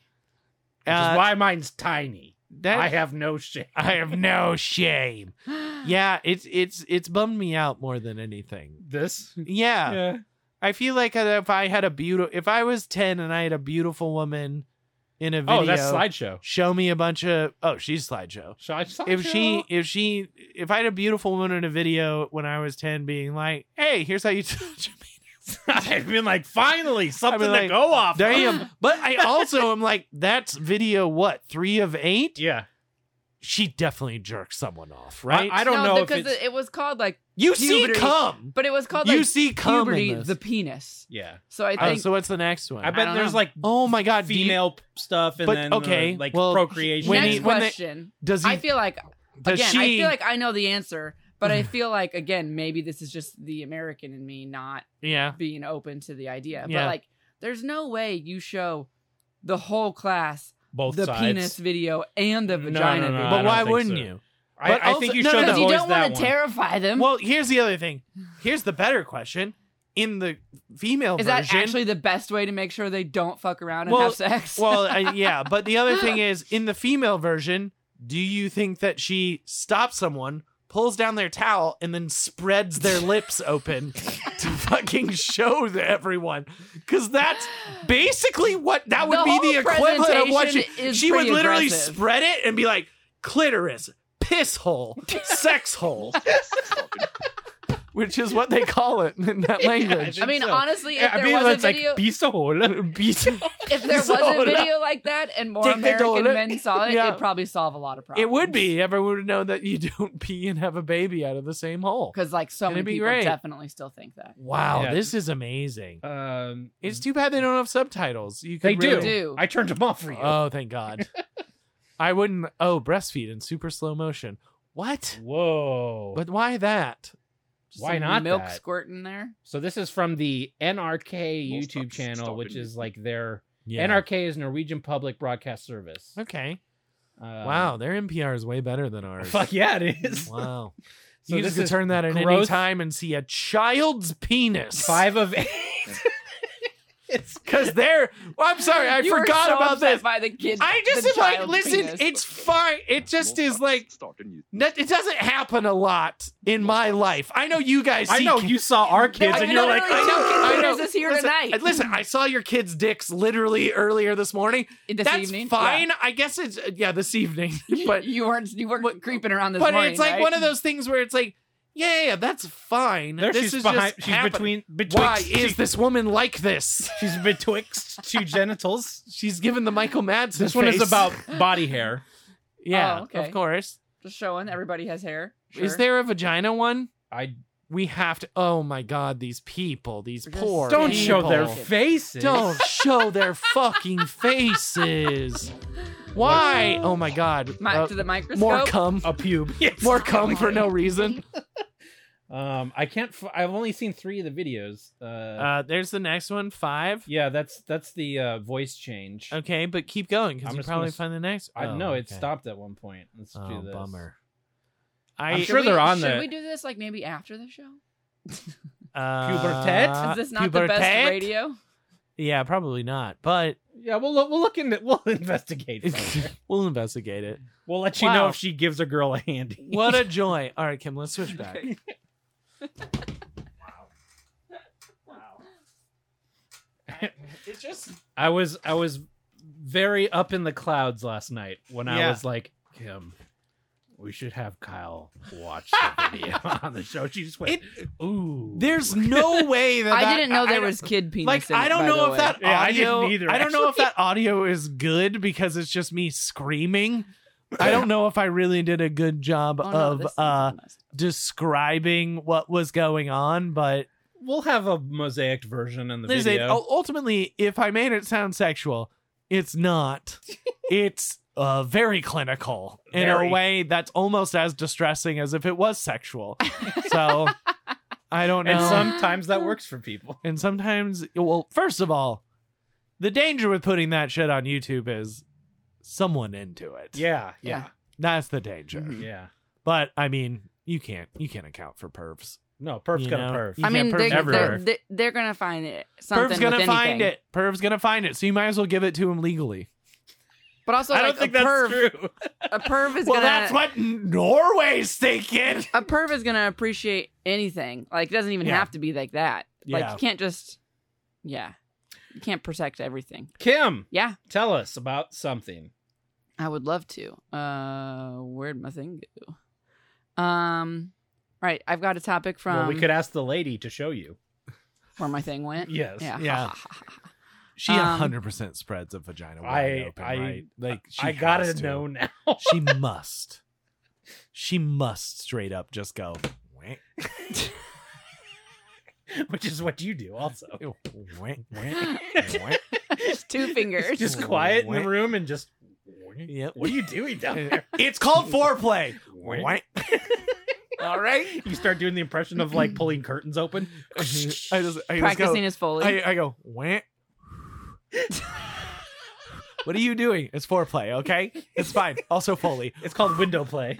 Which Uh, is why mine's tiny. that- I have no shame. I have no shame. Yeah, it's it's it's bummed me out more than anything. This. Yeah. Yeah. I feel like if I had a beautiful, if I was ten and I had a beautiful woman in a video, Oh, that's slideshow. show me a bunch of. Oh, she's slideshow. Sh- slideshow. If she, if she, if I had a beautiful woman in a video when I was ten, being like, "Hey, here's how you <laughs> touch me," <laughs> I've been like, finally something like, to go off. of. <laughs> damn. but I also am like, that's video what three of eight. Yeah. She definitely jerks someone off, right? I, I don't no, know if because it's. it was called like, you see Puberty. cum. but it was called You like see cum puberty, in this. the penis. yeah. So I Oh, think so what's the next one? I bet don't there's know. like oh my god, do you- female p- stuff and But, then uh, okay, like well, procreation. when next he- when they- question. does he? I feel like does again, she? I feel like I know the answer, <sighs> but I feel like again, maybe this is just the American in me not yeah. being open to the idea. Yeah. But like, there's no way you show the whole class both the sides. penis video and the No, vagina no, no, video But don't why think wouldn't so. you? I, But I also- think you no, showed no, the because I've you boys don't that want to one. <laughs> terrify them. Well, here's the other thing. Here's the better question. In the female is that version, actually the best way to make sure they don't fuck around and Well- have <laughs> sex? well, <laughs> uh, yeah. But the other thing is, in the female version, do you think that she stops someone, pulls down their towel, and then spreads <laughs> their lips open to fucking show to everyone? Because that's basically what that would The be the whole equivalent of what she presentation is she would pretty literally aggressive. spread it and be like clitoris, piss hole, sex hole, <laughs> which is what they call it in <laughs> that language. I mean, so. honestly, if Yeah, I there mean, was a that's like video, piece of hole. Beat- if there was so- a video like that, and more Take the American toilet. men saw it, Yeah. it'd probably solve a lot of problems. It would be. Everyone would know that you <laughs> don't pee and have a baby out of the same hole. because like so It'd many be people great. definitely still think that. Wow, Yeah. this is amazing. Um, It's too bad they don't have subtitles. You they could do. really- do. I turned them off for you. Oh, thank <laughs> God. I wouldn't. Oh, breastfeed in super slow motion. What? Whoa. But why that? Just Why some not milk that? squirt in there? so this is from the NRK Well, YouTube stop- channel, stop which it. is like their NRK is Norwegian Public Broadcast Service. Okay. Uh, Wow, their NPR is way better than ours. Fuck yeah, it is. Wow. <laughs> So you this just could is turn that at any growth- time and see a child's penis. <laughs> <laughs> five of eight. it's Because they're. Well, I'm sorry, I <laughs> You were forgot so about upset this. By the kid, <laughs> I just the am like, child's listen, penis. it's fine. It just is like. Start a new no- It doesn't happen a lot in my life. I know you guys. I see know ki- you saw our No, kids, I and you're like, literally I know, took I know. pictures This here listen, tonight. Listen, I saw your kids' dicks literally earlier this morning. this That's evening. fine. I guess it's uh, yeah, this <laughs> evening. Yeah. But you weren't you weren't But- creeping around this but morning. it's like right? one of those things where it's like, yeah, yeah, that's fine. there this she's is behind. just She's happen- between. Betwixt, <laughs> Why is this woman like this? She's betwixt <laughs> two genitals. She's given the Michael Madsen. This one is face. about body hair. <laughs> yeah, Oh, okay. of course. just showing everybody has hair. Is Sure. there a vagina one? I We have to. Oh my god, these people, these We're just poor don't show people. their faces. Don't show their fucking faces. <gasps> <gasps> Why? Oh my god. Mi- Uh, to the Oh microscope? more cum. a pube. <laughs> Yes. More cum for no <laughs> reason. Um, I can't. F- I've only seen three of the videos. Uh, Uh, there's the next one, five. yeah, that's that's the uh, voice change. Okay, but keep going I'm because you just probably gonna s- find the next. Oh, I know it okay. stopped at one point. Let's Oh, do this. bummer. I'm I Should sure we- they're on Should the- we do this like maybe after the show? uh, Is this not the best pubertet? radio? Yeah, probably not. <laughs> But <laughs> Yeah, we'll look- we'll look into <laughs> we'll investigate. further. we'll investigate it. we'll let you Wow. know if she gives a girl a handy. <laughs> What <laughs> a joy! All right, Kim, let's switch back. It's just I was I was very up in the clouds last night when I Yeah. was like, Kim, we should have Kyle watch the video on the show. She just went, ooh. There's no <laughs> way that I that- didn't know there I- was kid <laughs> penis. Like in it, I don't by know the if way. that Yeah, I didn't audio. either, I don't know if that audio is good because it's just me <laughs> screaming. I don't know if I really did a good job Oh, no, of this is uh, a mess. describing what was going on, but We'll have a mosaic version in the Listen, video. oh, u- ultimately, if I made it sound sexual, it's <laughs> not. it's uh, very clinical in Very. a way that's almost as distressing as if it was <laughs> sexual. so I don't know. and sometimes <laughs> that works for people. <laughs> and sometimes, well, first of all, the danger with putting that shit on YouTube is someone into it. Yeah, Mm-hmm. yeah, Yeah. that's the danger. yeah. But I mean, you can't you can't account for pervs. No, perv's You gonna know, perv. you I mean, can't they're, perv they're, everywhere. they're, they're gonna find it. Something Perv's gonna with find anything. it. Perv's gonna find it. So you might as well give it to him legally. But also, I don't like, think a that's perv, true. <laughs> a perv is well, gonna. that's what Norway's thinking. a perv is gonna appreciate anything. Like, it doesn't even Yeah. have to be like that. Like, Yeah. you can't just, yeah, you can't protect everything. Kim, Yeah, tell us about something. I would love to. Uh, where'd my thing go? Um, all right, I've got a topic from well, we could ask the lady to show you. where my thing went. Yes. Yeah, <laughs> Yeah. She a Um, hundred percent spreads a vagina wide I- open, I- right? Like she I has gotta to. know now. <laughs> <laughs> she must. She must straight up just go. "Wah, <laughs> Which is what you do also. ew, wah, wah, wah." just <laughs> two fingers. Just quiet in the room and just Yep. what are you doing <laughs> down there? It's called foreplay. Wah. All right. You start doing the impression of like pulling curtains open. I just, I just practicing go. his foley. I, I go. Wah. What are you doing? It's foreplay, okay? It's fine. Also Foley. It's called window play.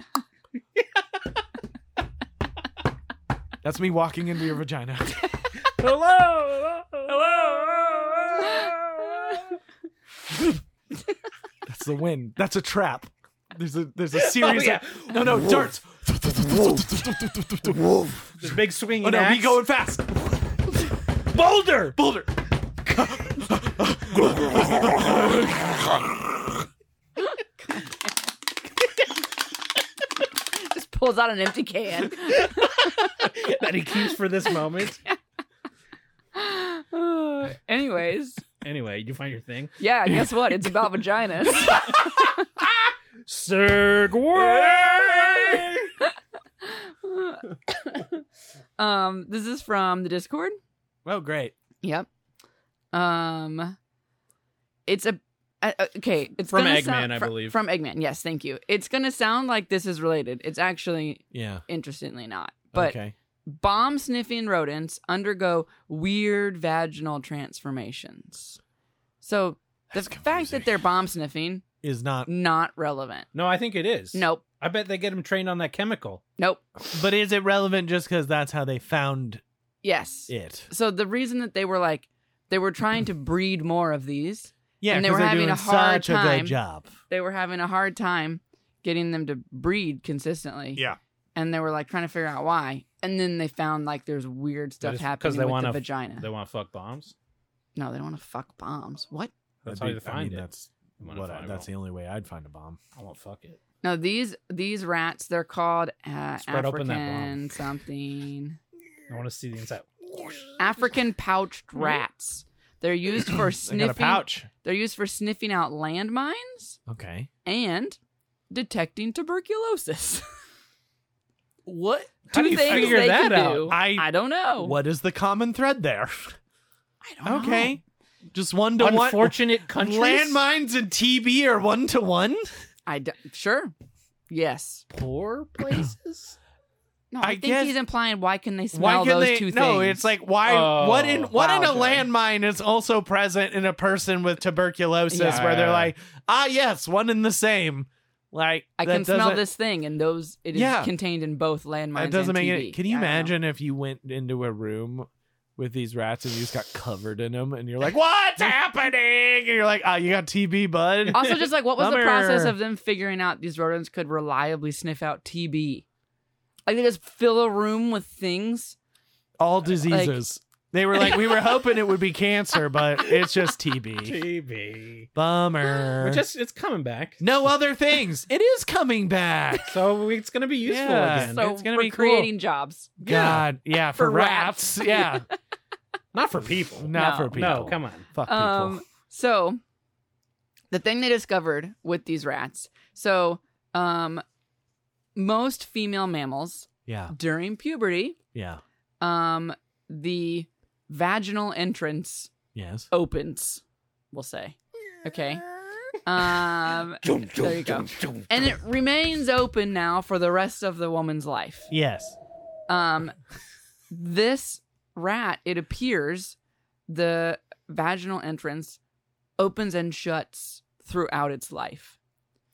That's me walking into your vagina. Hello. Hello. That's the wind. That's a trap. There's a there's <laughs> a Oh, series yeah. of no no darts. This big swinging Oh no, axe. we going fast. Boulder. Boulder. <laughs> just pulls out an empty <laughs> can. <sighs> that he keeps for this moment. Uh, anyways, Anyway, you find your thing. <laughs> yeah, guess what? It's about vaginas. <laughs> Segway. um, this is from the Discord. Well, great. Yep. Um, it's a uh, uh, okay. It's From gonna Eggman, sound- I fr- believe. From Eggman, yes, thank you. It's gonna sound like this is related. It's actually Yeah. interestingly not. But okay. bomb sniffing rodents undergo weird vaginal transformations. So the That's fact that they're bomb sniffing is not. Not relevant. No, I think it is. Nope. I bet they get him trained on that chemical. Nope. But is it relevant just because that's how they found Yes. it? So the reason that they were like they were trying to breed more of these, Yeah, And they 'cause were they're having doing a hard such a time. good job. they were having a hard time getting them to breed consistently. Yeah. And they were like trying to figure out why. And then they found like there's weird stuff That is 'cause happening they with wanna the f- vagina. They want to fuck bombs. no, they don't want to fuck bombs. What? That'd That's how be- you I find mean, it. That's You wanna what. I, find that's it. the only way I'd find a bomb. I won't fuck it. No, these these rats they're called uh, Spread open African that bomb. something. I want to see the inside. African pouched rats. <clears throat> They're used for They got a sniffing. pouch. They're used for sniffing out landmines Okay. and detecting tuberculosis. <laughs> What? How do you things figure they that could out? do. I- I don't know. What is the common thread there? I don't <laughs> know. Okay. Just one to one. Unfortunate <laughs> countries. Landmines and TB are one to one. I d- sure. Yes. Poor <clears throat> places. No, I I, think guess- he's implying why can they smell Why can those they? two no, things? it's like why? Oh, what in what in wow, a Joy. landmine is also present in a person with tuberculosis, Yeah. where they're like, ah, yes, one and the same. Like I that can smell doesn't- this thing, and those it is Yeah. contained in both landmines. That doesn't and make TV. it. Can you I don't know. imagine if you went into a room? With these rats, and you just got covered in them, and you're like, <laughs> "What's happening?" And you're like, "Ah, you got TB, bud." Also, just like what was the Bummer. process of them figuring out these rodents could reliably sniff out TB? Like they just fill a room with things. <laughs> all diseases. they were like, we <laughs> were hoping it would be cancer, but it's just TB. TB. Bummer. Uh, Which is, it's coming back. no other things. It is coming back. So we- it's going to be useful Yeah. again. So it's gonna we're be cool. creating jobs. God, yeah, for, For rats. rats. yeah, Not for people. <laughs> not No. for people. No, come on. fuck people. Um, so the thing they discovered with these rats. So, um, most female mammals yeah, during puberty, yeah, um, the vaginal entrance yes. opens. We'll say, okay. Um, there you go. And it remains open now for the rest of the woman's life. Yes. Um, this rat, it appears, the vaginal entrance opens and shuts throughout its life.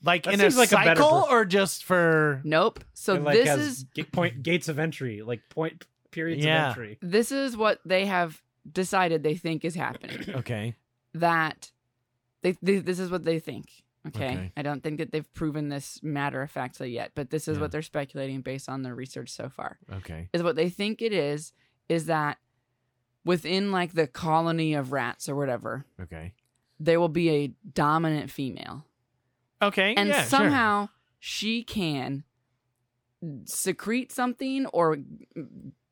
Like That in a seems like a better cycle per- or just for Nope. So It, like, this has is ga- point gates of entry, like point periods Yeah. of entry. this is what they have decided they think is happening. Okay. that they, they this is what they think. Okay? Okay. I don't think that they've proven this matter of factly yet, but this is Yeah. what they're speculating based on their research so far. Okay. is what they think it is is that within like the colony of rats or whatever Okay. there will be a dominant female Okay. and yeah, sure. somehow she can secrete something or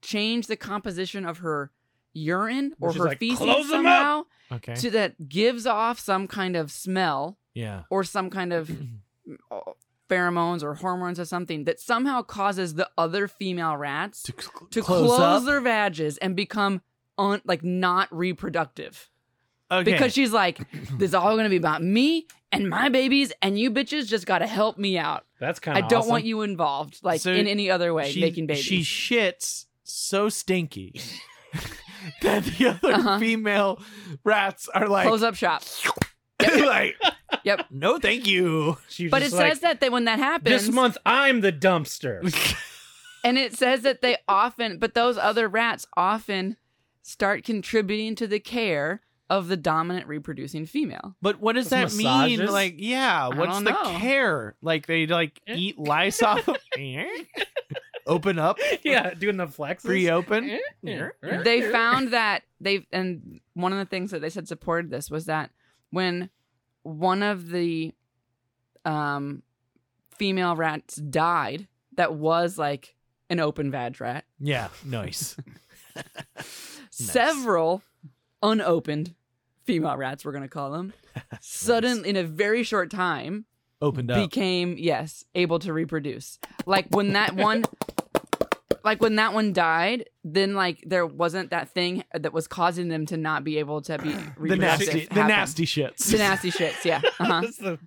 change the composition of her urine or Which is her like, feces "Close 'em up!" somehow Okay. to that gives off some kind of smell yeah. or some <clears throat> kind of uh, pheromones or hormones or something that somehow causes the other female rats To, cl- to close, close, up. their vages and become un- like not reproductive okay. because she's like <clears throat> this is all going to be about me and my babies and you bitches just got to help me out That's kind i of don't want you involved like So in any other way she, making babies She shits so <laughs> stinky that the other Uh-huh. female rats are like, close up shop <laughs> like, Yep. no, thank you. She's but it just like, says that they, when that happens this month I'm the <laughs> dumpster. and it says that they often but those other rats often start contributing to the care of the dominant reproducing female But what does that Those mean? massages? Like, yeah, I what's don't the know. Eh. care? Like they like eat lice <laughs> off, of- open up, <laughs> yeah, doing the Eh, flex. eh? pre-open. <laughs> they found that they and one of the things that they said supported this was that when one of the um female rats died that was like an open vag rat Yeah, nice. several unopened female rats we're going to call them sudden in a very short time Opened up. became yes able to reproduce like when that one like when that one died then like there wasn't that thing that was causing them to not be able to be the reproductive nasty, the happen. nasty shits, the nasty shits yeah uh-huh That's the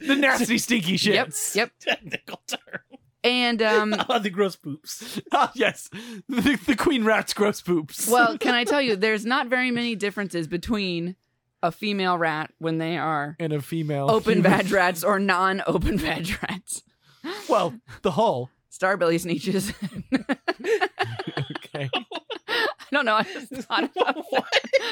<laughs> the nasty stinky <laughs> shits. yep yep technical term. and um <laughs> Oh, the gross poops. <laughs> Ah, yes, the, the queen rat's gross poops. well can i tell you there's not very many differences between a female rat when they are and a female open human- vag rats or non-open vag rats. <laughs> Well, the whole. Starbilly <laughs> sneeches. Okay. I don't know. I just <laughs> thought about that.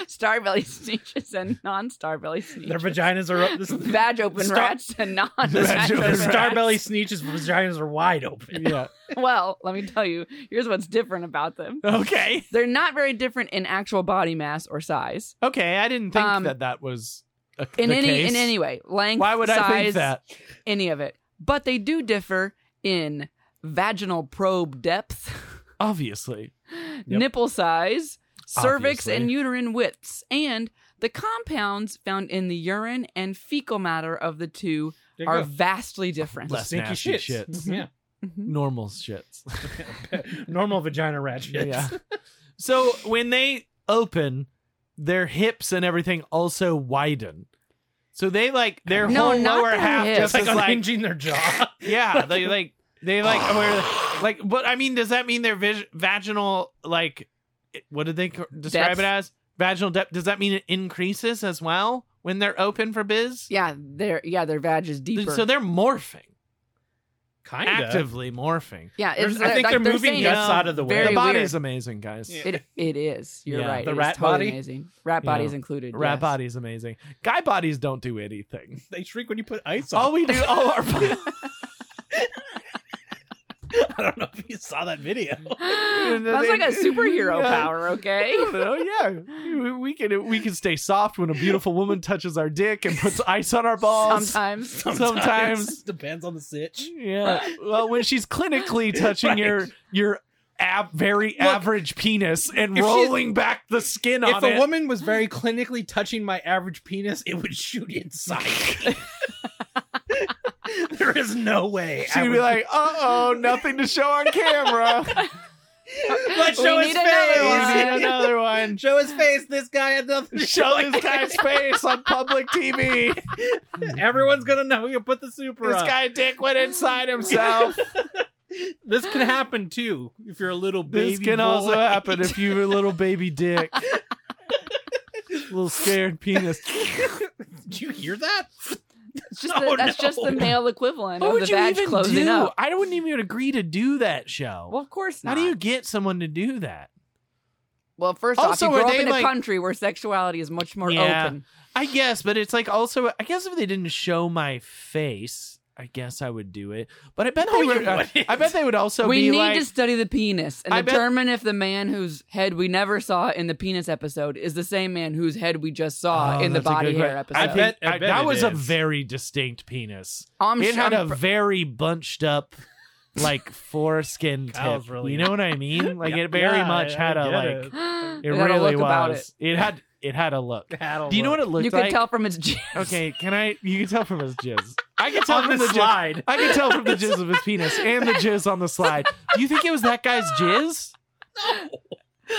Starbelly sneeches and non-starbelly sneeches. Their vaginas are up. <laughs> This, Vag open Star- rats and non-vag Vag open their <laughs> open rats. starbelly sneeches vaginas are wide open. Yeah. Well, let me tell you. Here's what's different about them. Okay. They're not very different in actual body mass or size. Okay. I didn't think Um, that that was a, In the any case. in any way, length, Why would size, I think that? any of it. But they do differ in vaginal probe depth, Obviously. nipple size, cervix Obviously. and uterine widths, and the compounds found in the urine and fecal matter of the two There you are go. <laughs> vastly different. Less Stinky nasty shits. shits. Mhm. Normal shits. Yeah. <laughs> Normal vagina rat shits. <laughs> Yeah. <laughs> So when they open, their hips and everything also widen. So they like their No, whole not lower their half hips. just It's like is like unhinging their jaw. yeah, they like they like where like but I mean, does that mean their vis- vaginal like what did they co- describe Depth. it as? Vaginal depth. Does that mean it increases as well when they're open for biz? Yeah, their yeah their vag is deeper. So they're morphing, <laughs> Kinda. actively morphing. yeah, it's, There's- I think like they're saying moving guts it's- out of the way. very the body weird. is amazing, guys. Yeah. It it is. You're Yeah. right. The It is rat totally body? amazing. Rat You body know, is included. Rat yes. <laughs> body is amazing. Guy bodies don't do anything. They shrink when you put ice on. <laughs> All we do, all <laughs> our bodies. I don't know if you saw that video. That's like a superhero Yeah. power. Okay. Oh yeah, we, we can we can stay soft when a beautiful woman touches our dick and puts ice on our <laughs> balls. Sometimes. Sometimes. <laughs> depends on the sitch. Yeah. Well, when she's <laughs> clinically touching Right. your your ab, very average penis and if she- rolling back the skin If on a it. woman was very clinically touching my average penis, it would shoot inside. <laughs> me. there is no way. She'd I be would- like, "Uh oh, nothing to show on <laughs> camera. "Let's We show need his another We need face. one. another one. Show his face. This guy had <laughs> nothing. to Show this guy's face on public <laughs> TV. Everyone's gonna know you put the super This on. guy dick went inside himself. This can happen too if you're a little baby. this can boy. also happen if you're a little baby <laughs> dick, little scared penis. <laughs> Did you hear that? It's just Oh, the, that's no. just the male equivalent of the vag closing do? up. I wouldn't even agree to do that show. Well, of course How not. do you get someone to do that? Well, first Also, off, you are grow up they in a like- country where sexuality is much more Yeah. open. I guess, but it's like also. I guess if they didn't show my face, I guess I would do it. But I bet No, they you would. uh, wouldn't. I bet they would also we be need like. to study the penis and I bet- determine if the man whose head we never saw in the penis episode is the same man whose head we just saw Oh, uh, in the that's a body good hair que- I episode. think I bet- I I- bet that it was a is. very distinct penis. I'm it sure- had I'm a pr- very bunched up like foreskin <laughs> Kyle's tip. really- you know what I mean? Like it very Yeah, much I- had I a like get it. <gasps> We it gotta really was. look about it. It had it had a <laughs> look. Paddle Do you know what it looked You like? can tell from its jizz. <laughs> Okay, can I you can tell from his jizz. I can tell <laughs> on from the the jizz. slide? I can tell from <laughs> the jizz of his penis and the jizz on the slide. Do you think it was that guy's jizz?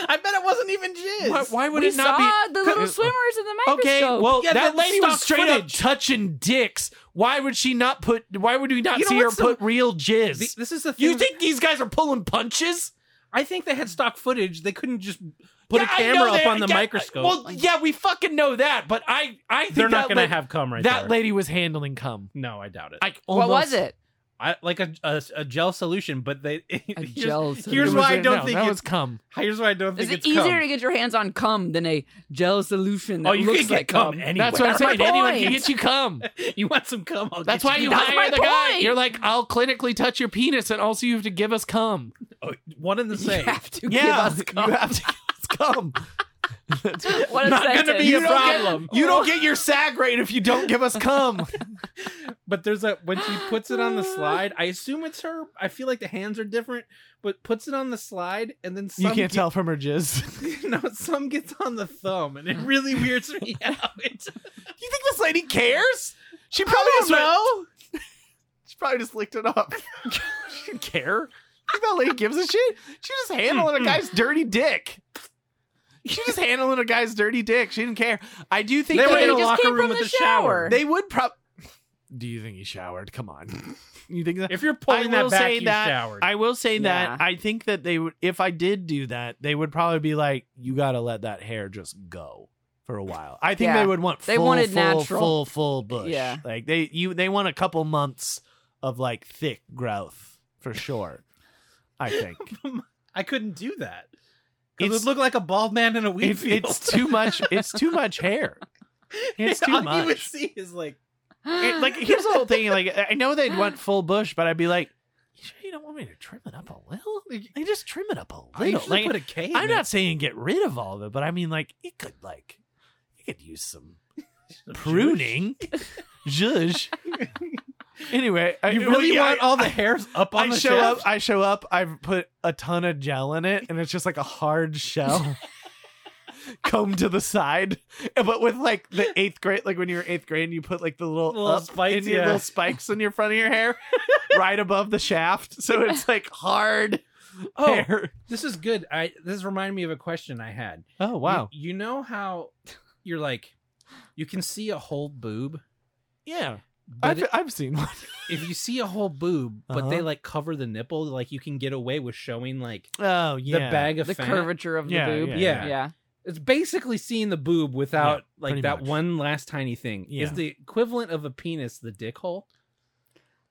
I bet it wasn't even jizz. Why, why would we it not saw be the little swimmers in the microscope. Okay, well Yeah, that that's lady was stock straight footage. up touching dicks. Why would she not put why would we not You know see her what's the- put real jizz? Th- this is the thing. You think these guys are pulling punches? I think they had stock footage. They couldn't just put Hmm. Yeah, a I camera know up they- on the yeah, microscope. Well, yeah, we fucking know that, but I, I think They're not that going to la- have cum right that there. lady was handling cum. no, I doubt it. I what almost, was it? I, like a, a a gel solution, but they <laughs> A here's- gel. It here's was why I it- don't no, think that it- was cum. here's why I don't Is think it it's easier cum. to get your hands on cum than a gel solution that Oh, you looks can get like cum anywhere. That's what I'm That's my saying. Anyone point. can get you <laughs> cum. you want some cum? I'll That's get why you That's my hire the guy. point. You're like, I'll clinically touch your penis, and also you have to give us cum. Oh, one and the You same. have to <laughs> yeah, give us cum. you have to give us cum. <laughs> What a Not gonna be sentence. a You don't get- problem. You <laughs> don't get your sag rate if you don't give us <laughs> cum. But there's a when she puts it on the slide. I assume it's her. I feel like the hands are different, but puts it on the slide and then some you can't get- <laughs> tell from her jizz. no, some gets on the thumb, and it really weirds me out. It's, You think this lady cares? She probably don't just went- <laughs> she probably just licked it up. she didn't care. You think that lady gives a shit? She's just handling a guy's dirty dick. She's just handling a guy's dirty dick. She didn't care. I do think They that were in they, a just locker came room from with the a shower. shower. they would probably. Do you think he showered? Come on. <laughs> You think that? If you're pulling I that will back, say you that showered. I will say that Yeah. I think that they would. If I did do that, they would probably be like, "You got to let that hair just go." for a while. I think Yeah. they would want full, They wanted full, natural. full, full bush. Yeah. like they you they want a couple months of like thick growth for sure. I <laughs> think I couldn't do that. 'Cause It It's- would look like a bald man in a weed It- field. it's too much. It's too much hair. It's <laughs> Yeah, too <laughs> all You would much. see is like <gasps> It- like here's the whole thing. Like I I know they'd want full bush, but I'd be like, you sure you don't want me to trim it up a little? Like just trim it up a I little. usually Like, put a K. in I'm it. not saying get rid of all of it, but I mean like it could like you could use <laughs> some pruning. Zhuzh. <laughs> anyway, I You really I- want all the hairs up on I the show shaft? up. I show up. I've put a ton of gel in it, and it's just like a hard <laughs> shell, combed to the side. But with like the eighth grade, like when you were eighth grade, and you put like the little, Little up spikes, in your yeah. little spikes in your front of your hair, right above the shaft. So it's like hard <laughs> Oh. hair. This is good. I this reminded me of a question I had. Oh You- You, know how you're like you can see a whole boob, Yeah, but I've, I've seen one. if you see a whole boob, but they Uh-huh. like cover the nipple, like you can get away with showing like <laughs> Oh the bag of the fat. curvature of the Yeah, boob. yeah, yeah. yeah. It's basically seeing the boob without pretty like that much. one last tiny thing. Yeah. Is the equivalent of a penis the dick hole?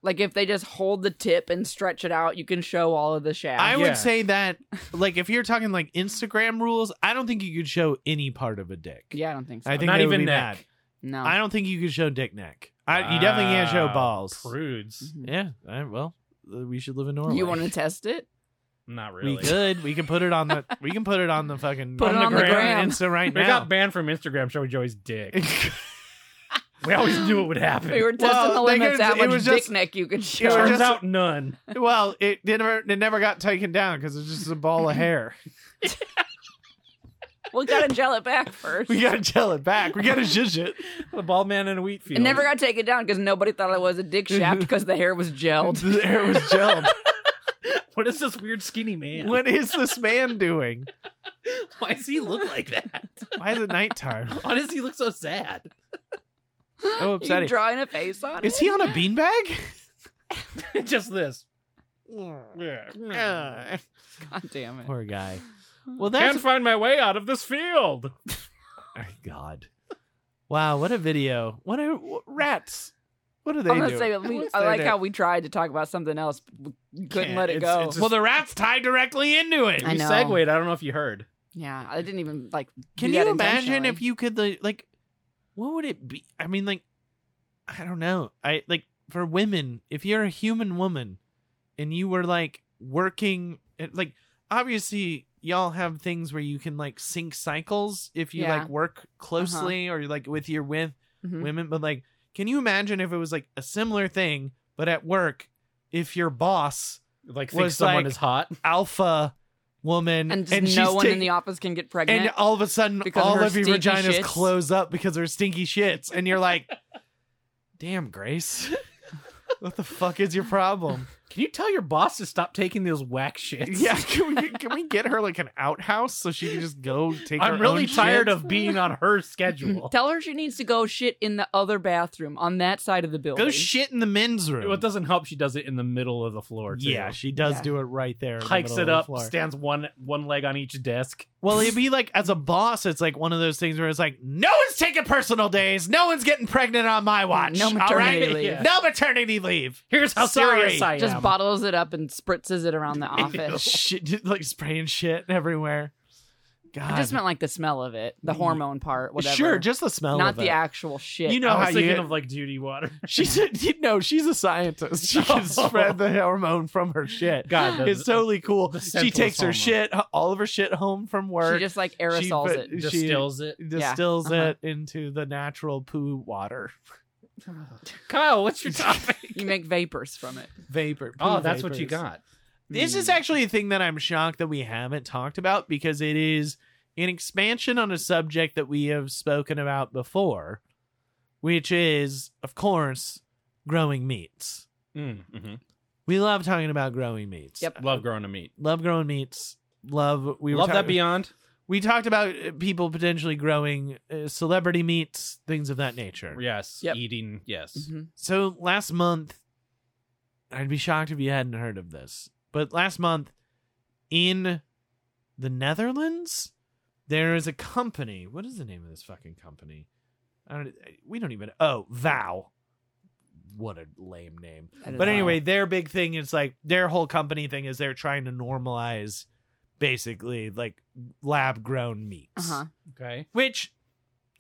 Like if they just hold the tip and stretch it out, you can show all of the shaft. I Yeah. would say that, like, if you're talking like Instagram rules, I don't think you could show any part of a dick. yeah, I don't think so. I think Not they would even be neck. mad. no. I don't think you could show dick neck. I, you definitely can't show Wow, balls. Prudes. Mhm. Yeah. I, well, uh, we should live in Norway. You want to <laughs> test it? Not really. We could. We can put it on <laughs> the. We can put it on the fucking. Put it on the gram. Insta right They now. got banned from Instagram showing Joey's dick. <laughs> we always knew it would happen. We were testing Well, the they limits could- how it much was dick just- neck you <laughs> could it show. was Turns just- out none. well, it never. It never got taken down because it's just a ball of hair. we gotta gel <laughs> it back <laughs> first. We gotta gel it back. We gotta zhuzh it. The bald man in a wheat field. It never got taken down because nobody thought it was a <laughs> dick shaft because the hair was gelled. The hair was gelled. what is this weird skinny man? What is this man doing? Why does he look like that? Why is it <laughs> nighttime? Why does he look so sad? Oh, You upsetting. drawing a face on Is it? he on a beanbag? <laughs> Just this. Uh, <laughs> God damn <laughs> it! poor guy. Well, that's Can't find my way out of this field. Oh, God. Wow, what a video. What a wh- rats. What are they I'm gonna doing? say at least What's I they like doing? how we tried to talk about something else, but we couldn't let it It's- go. it's just- well, the rats tied directly into it. I You know. segued. I don't know if you heard. yeah, I didn't even like. Can you imagine if you could like, like what would it be? I mean like I don't know. I like for women, if you're a human woman and you were like working at, like obviously y'all have things where you can like sync cycles if you Yeah. Uh-huh. like work closely or like with your with Mhm. women but like can you imagine if it was like a similar thing but at work if your boss Like, think think Was someone someone like- is hot. alpha woman and, and, just she's no one ta- in the office can get pregnant? and uh, all of a sudden because of all her of your stinky vaginas shits? close up because of her stinky shits and you're like damn grace <laughs> what the fuck is your <laughs> problem Can you tell your boss to stop taking those whack shits? yeah can we, can we get her like an outhouse so she can just go take I'm her really own tired shit? of being on her schedule. Tell her she needs to go shit in the other bathroom on that side of the building. go shit in the men's room It doesn't help. She does it in the middle of the floor. Too. yeah she does Yeah. do it right there in the hikes middle of it the up, floor. stands one one leg on each desk. Well, it'd be like as a boss, it's like one of those things where it's like, no one's taking personal days, no one's getting pregnant on my watch. No all maternity right? leave. No maternity leave. Here's how Sorry. serious I Just am. bottles it up and spritzes it around <laughs> the office. shit, just, like spraying shit everywhere. God, I just meant like the smell of it, the Ye- hormone part, whatever. sure, just the smell. not of the it. actual shit. Oh, You know I was how thinking you- of like duty <laughs> water. She's a, you know she's a scientist. She <laughs> can Oh. spread the hormone from her shit. God, the- uh, it's totally cool. the She scentless takes her hormone. shit, all of her shit home from work. she just like aerosols put- it. she- distills it. distills uh-huh. it into the natural poo water Kyle, what's <laughs> your topic? You make vapors from it. vapor. oh, poo that's what you vapors. got. This Hmm. is actually a thing that I'm shocked that we haven't talked about because it is an expansion on a subject that we have spoken about before, which is, of course, growing meats. We love talking about growing meats. Yep. Mm, mm-hmm. Love growing a meat. Love growing meats. Love we were Love that talking- beyond. we talked about uh, people potentially growing uh, celebrity meats, things of that nature. Yes. Yep. Eating. Yes. Mhm. So last month, I'd be shocked if you hadn't heard of this, but last month in the Netherlands, There is a company. What is the name of this fucking company? I don't, we don't even. Oh, Vow. What a lame name. I don't But know. anyway, their big thing is like their whole company thing is they're trying to normalize basically like lab grown meats. uh-huh. Okay. Which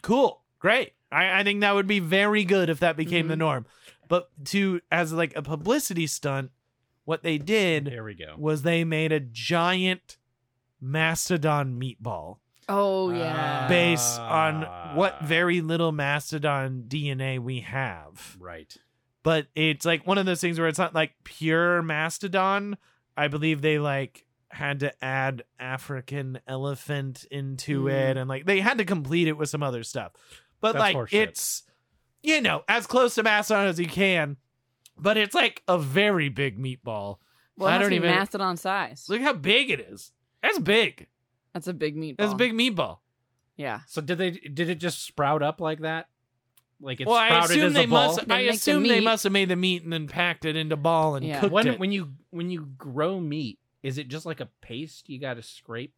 cool. Great. I, I think that would be very good if that became the Mm-hmm. Mhm. norm. But to as like a publicity stunt, what they did There we go. was they made a giant mastodon meatball uh, Oh yeah. Ba- based on what Ah. very little mastodon DNA we have Right. but it's like one of those things where it's not like pure mastodon. I believe they like had to add African elephant into Mm. it and like they had to complete it with some other stuff. But Hmm. That's like horseshit. it's you know, as close to mastodon as you can. But it's like a very big meatball. well, it I must don't be even- mastodon size. Look how big it is. That's big. That's a big meatball. That's a big meatball. Yeah. So did they? Did it just sprout up like that? Like it well, I sprouted assume as they a ball. must. They I make the assume they meat. must have made the meat and then packed it into ball and Yeah. cooked when it. when you when you grow meat, is it just like a paste you got to scrape,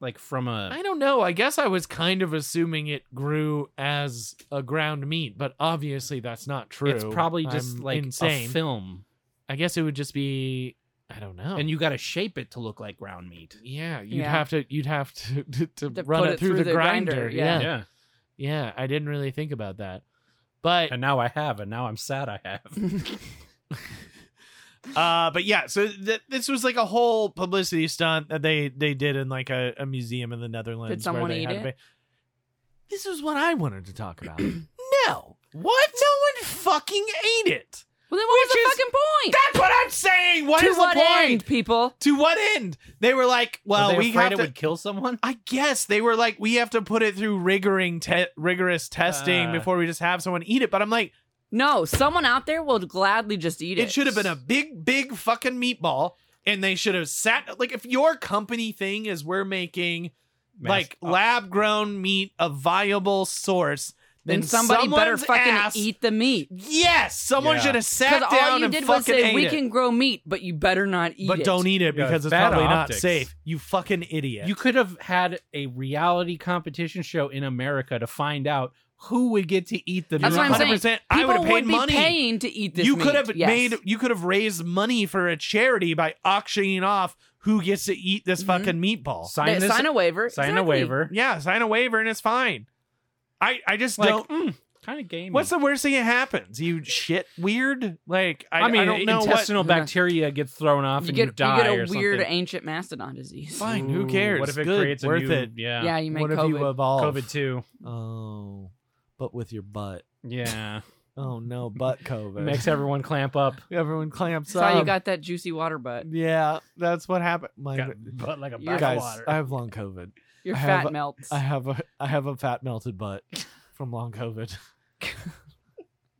like from a? I don't know. I guess I was kind of assuming it grew as a ground meat, but obviously that's not true. It's probably just I'm like insane. a film, I guess it would just be I don't know. and you got to shape it to look like ground meat. yeah, you'd Yeah. have to you'd have to <laughs> to, To run put it, through, the, grinder. Yeah. yeah, I didn't really think about that, but And now I have, and now I'm sad I have. <laughs> uh, but yeah. So th- this was like a whole publicity stunt that they they did in like a, a museum in the Netherlands. where someone they eat had a it? ba- This is what I wanted to talk <clears throat> about. no, what? No one fucking ate it. Well, then what was Which the is- fucking point? That's what I'm saying. What to is what the point? end, people? To what end? They were like, well, Were they we afraid have it to. would kill someone. I guess they were like, we have to put it through rigoring te- rigorous testing Uh. before we just have someone eat it. But I'm like, No, someone out there will gladly just eat it, it. should have been a big, big fucking meatball, and they should have sat like if your company thing is we're making like Mass- lab grown meat a viable source, Then then somebody better someone's fucking ass- eat the meat. Yes, someone Yeah. should have Because sat down all you and did fucking was say ate we it. can grow meat, but you better not eat but it. don't eat it Yeah, because it's it's bad probably optics. not safe. You fucking idiot. You could have had a reality competition show in America to find out who would get to eat the That's meat. what I'm saying. 100%. I People would have paid would be money. paying to eat this. you meat. could have Yes. made you could have raised money for a charity by auctioning off who gets to eat this Mhm. fucking meatball. Sign They- this. sign a waiver. sign a Exactly. waiver. Yeah, sign a waiver and it's fine. I I just Like, mm, don't. Kind of game. What's the worst thing that happens? You shit weird. Like I, I, mean, I don't know what. intestinal bacteria gets thrown off You and get, you die you or get a weird something. ancient <laughs> mastodon disease. Fine, who Ooh, cares? What if it Good, creates a worth new, it. Yeah, Yeah, you make What if you uh, COVID. evolve? COVID too. Oh, but with your butt. Yeah, Oh no, butt COVID. makes everyone clamp up. Everyone clamps That's up. how you got that juicy water butt. yeah, that's what happened. My Got butt like a You- butt guys, water. I have long COVID. Your I fat have a- melts. I have a I have a fat melted butt from long <laughs> COVID.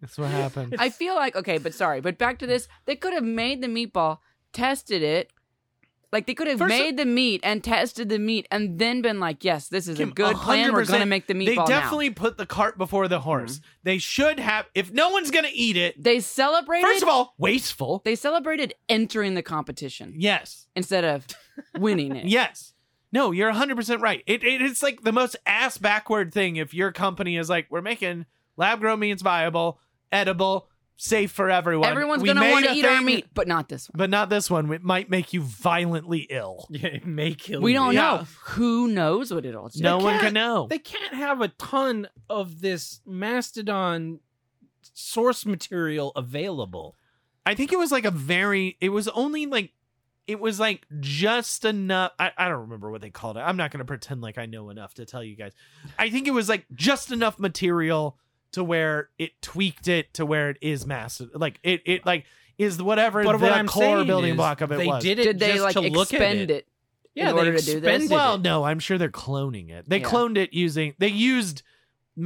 That's what happened. I feel like okay, but sorry, but back to this. They could have made the meatball, tested it. Like they could have First of- made the meat and tested the meat and then been like, yes, this is a Kim, good plan. We're gonna 100%. make the They meatball now. definitely put the cart before the horse. They should have. If no one's gonna eat it, They celebrated. first of all, wasteful. they celebrated entering the competition Yes, <laughs> instead of winning it. yes. No, you're 100 percent right. It, it it's like the most ass backward thing. If your company is like, we're making lab grown meats viable, edible, safe for everyone. Everyone's We gonna made want to a eat our thing, meat, but not this one. but not this one. It might make you violently ill. yeah, it may kill. we you. don't Yeah. know. Who knows what it'll do? No one can't- can know. They can't have a ton of this mastodon source material available. I think it was like a very. It was only like, it was like just enough. I, I don't remember what they called it. I'm not going to pretend like I know enough to tell you guys. I think it was like just enough material to where it tweaked it to where it is massive. Like it, it like is whatever But the what I'm core saying building is block of it they was. did it Did they just like to look at expend it? Yeah, in they order to do expended this? well, no, I'm sure they're cloning it. They Yeah. cloned it using they used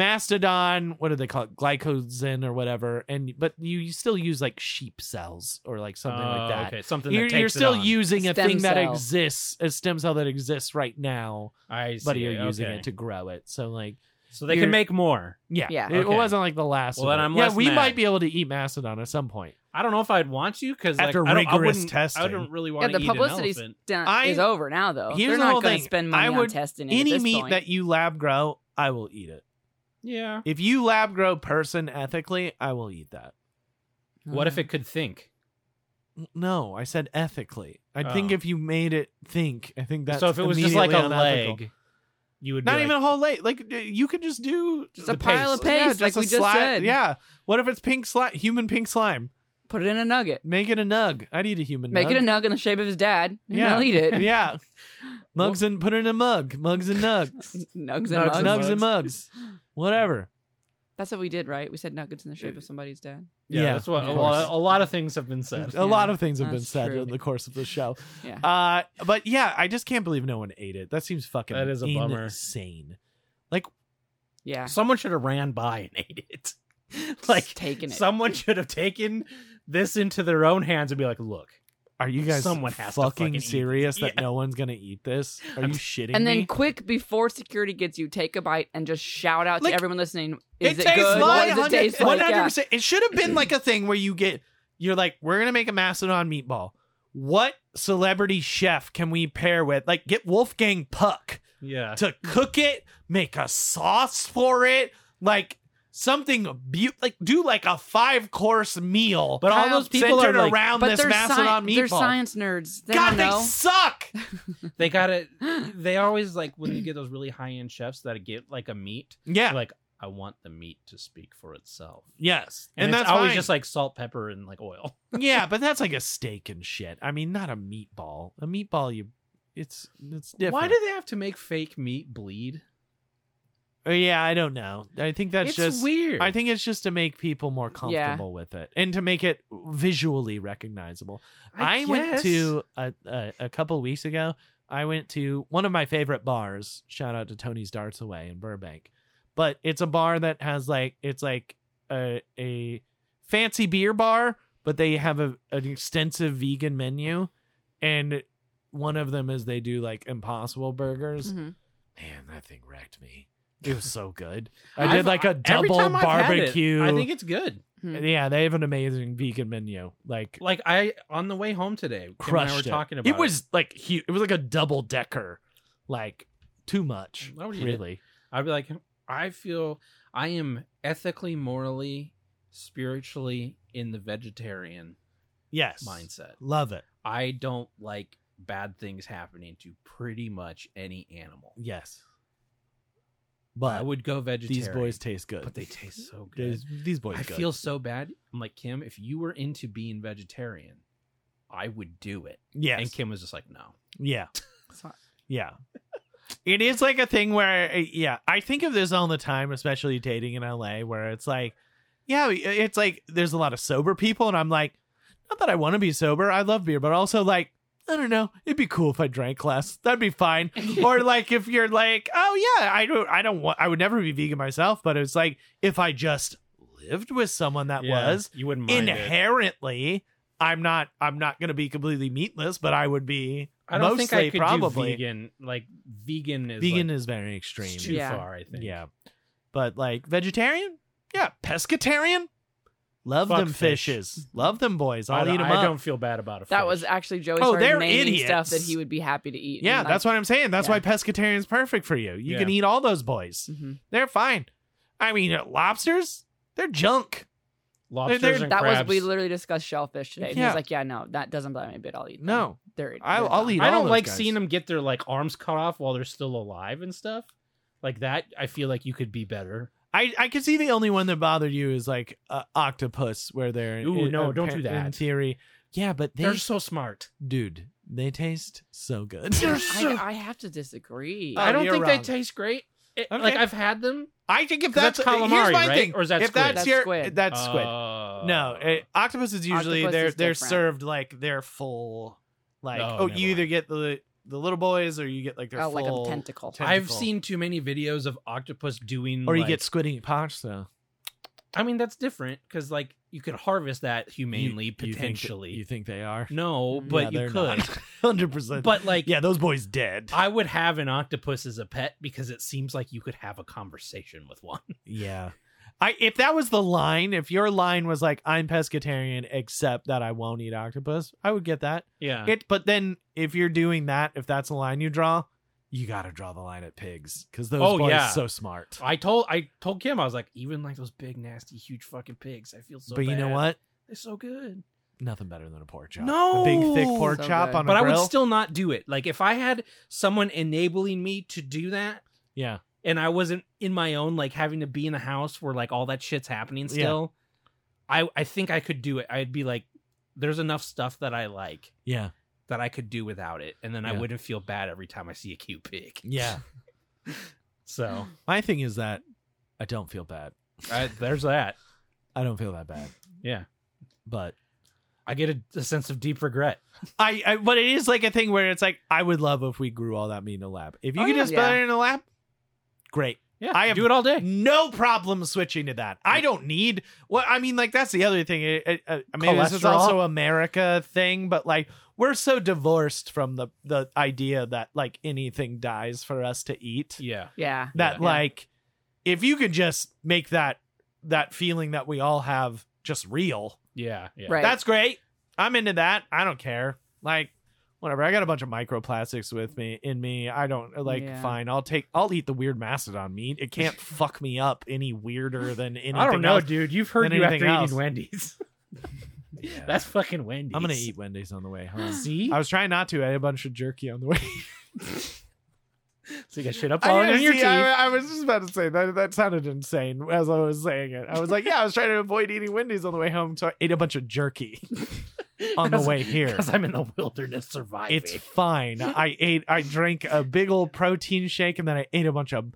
mastodon. What do they call it? Glycogen or whatever. And but you, you still use like sheep cells or like something Oh, like that. Okay, something you're, that takes you're still it on. using a Stem thing that cell. exists a stem cell that exists right now I see, but you're using okay. it to grow it so like So they can You're- make more. Yeah, Yeah. It Okay. wasn't like the last. Well, of then it. I'm yeah. less We mad. might be able to eat mastodon at some point. I don't know if I'd want to because like, After I don't, I rigorous wouldn't- testing. I don't really Yeah, want the to eat an publicity's elephant. done, I- is over now, though. Here's They're the not whole going thing. to spend I money on would- testing it at Any this meat point. that you lab grow, I will eat it. Yeah. If you lab grow person ethically, I will eat that. What Mm. if it could think? N- No, I said ethically. I think Oh. if you made it think, I think that's so if it was just like a immediately unethical. leg, you would not be even like, a whole leg. Like d- you could just do Just the a pile paste. of paste, yeah, like a we just sli- said. Yeah. What if it's pink slime? Human pink slime. Mm-hmm. Put it in a nugget. Make it a nug. I'd eat a human. Make nug. it a nug in the shape of his dad. <laughs> And Yeah. I'll eat it. yeah. Mugs and put it in a mug. Mugs and nugs. <laughs> Nugs and Nugs mugs. nugs, and mugs. Whatever. That's what we did, right? We said nuggets in the shape of somebody's dad. yeah, Yeah, that's what of a course. lot, a lot of things have been said. A lot of things have been that's said true. in the course of the show. Yeah. Uh, but yeah, I just can't believe no one ate it. That seems fucking That is a bummer. insane. Yeah. Someone should have ran by and <laughs> ate it. Just like taking it. someone should have taken this into their own hands and be like, "Look, Are you guys Someone has to fucking fucking eat it. serious that Yeah. no one's gonna eat this? Are I'm- you shitting and me? then quick before security gets you, take a bite and just shout out Like, to everyone listening. Is it, tastes good? like what does it taste like? Yeah. 100%. It should have been like a thing where you get, you're like, we're going to make a Mastodon meatball. What celebrity chef can we pair with? Like, get Wolfgang Puck yeah, to cook it, make a sauce for it, like something beautiful. Like, do like a five course meal. But all Kyle, those people are centered like, around But this they're, Mastodon sci- meatball. they're science nerds. They God, don't they know. suck. they <gasps> gotta. They always like when you get those really high end chefs that get like a meat. Yeah. they're like, I want the meat to speak for itself. Yes. And, And, it's that's always fine. just like salt, pepper, and like oil. yeah, but that's like a steak and shit. I mean, not a meatball. A meatball, you, it's it's different. Why do they have to make fake meat bleed? Uh, Yeah, I don't know. I think that's it's just weird. I think it's just to make people more comfortable with it and to make it visually recognizable. I, went guess. to a, a a couple weeks ago. I went to one of my favorite bars. Shout out to Tony's Darts Away in Burbank, but it's a bar that has like it's like a a fancy beer bar, but they have a, an extensive vegan menu, and one of them is they do like Impossible burgers. Mhm. Man, that thing wrecked me. It was so <laughs> good. I I've- did like a Every double time I've had it, barbecue. I think it's good. yeah, they have an amazing vegan menu. Like Like I on the way home today, Kim and I crushed were it. talking about it was like huge. It was like a double decker. Like too much. Why would you- really. I'd be like, I feel I am ethically, morally, spiritually in the vegetarian Yes. mindset. Love it. I don't like bad things happening to pretty much any animal. Yes. I But would go vegetarian. these boys taste good. but they taste so good. These, these boys I good. feel so bad. I'm like Kim. If you were into being vegetarian, I would do it. yes. And Kim was just like, no. Yeah. So- Yeah. It is like a thing where, uh, yeah, I think of this all the time, especially dating in LA, where it's like, yeah, uh, it's like there's a lot of sober people, and I'm like, not that I want to be sober. I love beer, but also like, I don't know, it'd be cool if I drank less. That'd be fine. or like if you're like, oh yeah, I don't, I don't want, I would never be vegan myself, but it's like if I just lived with someone that Yeah, was, you wouldn't mind it. inherently i'm not i'm not going to be completely meatless but i would be I don't mostly think I could probably do vegan. Like vegan is Vegan like, is very extreme too Yeah. far. I think. yeah but like vegetarian yeah pescatarian love Fuck them fish. fishes love them boys I, i'll eat them I up don't feel bad about it. That was actually Joey's Oh, they're naming stuff idiots. that he would be happy to eat. yeah that's what i'm saying that's Yeah. why pescatarian's perfect for you you Yeah. can eat all those boys hmm they're fine i mean lobsters they're junk lobsters They're- and That was crabs. we literally discussed shellfish today. And he Yeah. was like, "Yeah, no, that doesn't bother me a bit. I'll eat. them. no they're. I- they're I'll dumb. eat I all don't those like guys. seeing them get their like arms cut off while they're still alive and stuff. Like that, I feel like you could be better. I, I could see the only one that bothered you is like uh, octopus, where they're Ooh, no, don't do appa- In that. theory, yeah, but they, They, are so smart. dude, they taste so good. <laughs> I, I have to disagree. Oh, I don't you're think wrong. they taste great. It- Okay. Like I've had them. I think if 'Cause that's uh, that's, here's calamari, my right? thing. Or is that if squid? that's, That's your squid. that's squid. Oh. No, eh, octopus is usually Octopus they're is they're different. served like they're full. Like No, oh, never you either mind. get the the little boys or you get like their oh, full like a tentacle. tentacle. I've seen too many videos of octopus doing. or you like- get squid eating pasta. I mean, that's different because like you could harvest that You- humanely you think th- potentially. You think, they are? <laughs> no, Yeah, but you they're could. <laughs> not. 100%. But like, yeah, those boys dead. I would have an octopus as a pet because it seems like you could have a conversation with one. <laughs> yeah. I if that was the line, if your line was like I'm pescatarian except that I won't eat octopus, I would get that. Yeah, It but then if you're doing that, if that's a line you draw, you got to draw the line at pigs cuz those Oh, boys yeah. so smart. I told I told Kim I was like, even like those big nasty huge fucking pigs, I feel so. but you know bad. what? They're so good. Nothing better than a pork chop. No! a big thick pork So chop good. on a But I grill. would still not do it. Like if I had someone enabling me to do that, yeah, and I wasn't in my own, like having to be in a house where like all that shit's happening Yeah. still, I I think I could do it. I'd be like, there's enough stuff that I like yeah, that I could do without it, and then I Yeah. wouldn't feel bad every time I see a cute pig. <laughs> yeah. So My thing is that I don't feel bad. I, there's that. I don't feel that bad, Yeah, but I get a, a sense of deep regret. I, I but it is like a thing where it's like I would love if we grew all that meat in a lab. If you Oh, could yeah. just put Yeah. it in a lab, great. Yeah, I have- do it all day. No problem switching to that. I don't need. Well, I mean, like that's the other thing. It, it, uh, maybe this is Cholesterol? also America thing, but like we're so divorced from the the idea that like anything dies for us to eat. Yeah, Yeah. that Yeah. like if you could just make that that feeling that we all have just real yeah, yeah. Right. <laughs> that's <laughs> great i'm into that i don't care like whatever i got a bunch of microplastics with me in me i don't like Yeah. fine i'll take i'll eat the weird mastodon meat it <laughs> can't fuck me up any weirder than anything <laughs> I don't know, else. dude. You've heard than you after anything else. <laughs> eating Wendy's. <laughs> That's fucking Wendy's. i'm gonna eat wendy's on the way home <gasps> See, i was trying not to i had a bunch of jerky on the <laughs> way so you got shit up I, all in didn't Oh, your see- teeth. I, I was just about to say that that sounded insane as I was saying it. I was like, yeah, I was trying to avoid eating Wendy's on the way home, so I ate a bunch of jerky <laughs> on <laughs> the That's- way here. Because I'm in the wilderness surviving. It's fine. I ate, I drank a big old protein shake, and then I ate a bunch of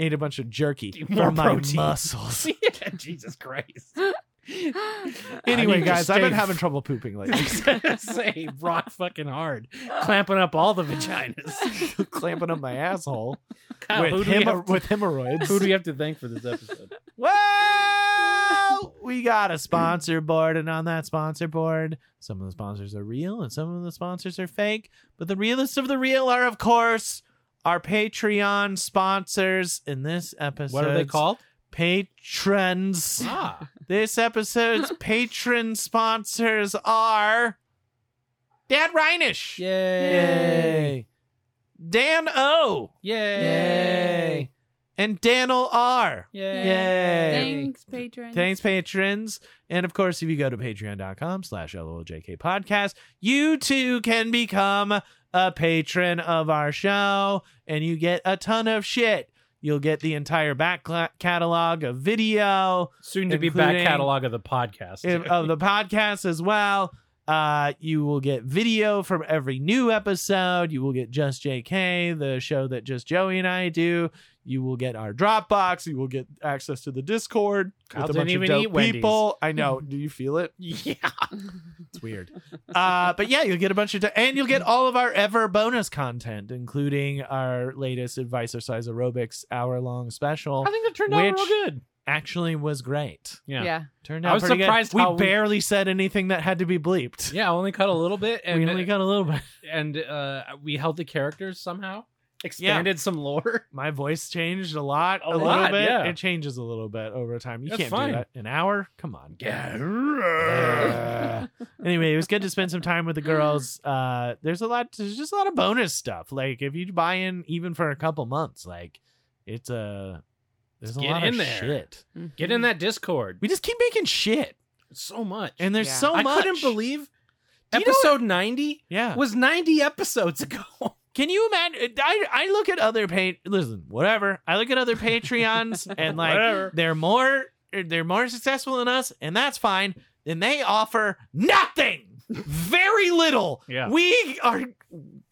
ate a bunch of jerky More for my protein. <laughs> muscles. <laughs> Yeah, Jesus Christ. <laughs> <laughs> Anyway, need to guys, I've been stay- having trouble pooping I <laughs> lately. was gonna say rock fucking hard, clamping up all <laughs> the vaginas. clamping up my <laughs> asshole God, who, with, do we hemo- have to, with hemorrhoids. <laughs> who do we have to thank for this episode? <laughs> <laughs> Well, we got a sponsor board, and on that sponsor board, some of the sponsors are real and some of the sponsors are fake. But the realest of the real are, of course, our Patreon sponsors in this episode. What are they called? Patrons. Ah, this episode's patron sponsors are Dad Reinish. yay, Dan O. yay, And Daniel R. Yay. Thanks, patron. Thanks, patrons. And of course, if you go to patreon.com slash LOLJK podcast, you too can become a patron of our show and you get a ton of shit. You'll get the entire back cla- catalog of video Soon to be back Including- catalog of the podcast. <laughs> if- of the podcast as well. Uh, you will get video from every new episode. You will get Just JK, the show that just Joey and I do. You will get our Dropbox. You will get access to the Discord Kyle with a didn't bunch even of dope eat Wendy's. people. <laughs> I know. Do you feel it? <laughs> yeah, It's weird. uh, but yeah, you'll get a bunch of, and you'll get all of our ever bonus content, including our latest Advice or Size Aerobics hour long special. I think it turned out Which- real good. Actually, was great. Yeah. Yeah. Turned I out was pretty good. surprised We how we- barely said anything that had to be <laughs> bleeped. Yeah, I only cut a little bit, and we only got a little bit. and uh, we held the characters somehow, expanded some lore. My voice changed a lot, a, little lot, bit. yeah. It changes a little bit over time. You That's can't fine. do that. An hour? Come on. Yeah. anyway, it was good to spend some time with the girls. Uh, there's a lot. There's just a lot of bonus stuff. Like if you buy in even for a couple months, like it's a there's a Get lot in of there. shit. Get Mm-hmm. in that Discord. We just keep making shit, So much. and there's Yeah. so I much. couldn't believe Do you know episode 90 Yeah. was 90 episodes ago. <laughs> Can you imagine? I I look at other pa- listen whatever. I look at other Patreons and <laughs> like Whatever. they're more they're more successful than us and that's fine and they offer nothing very little Yeah. we are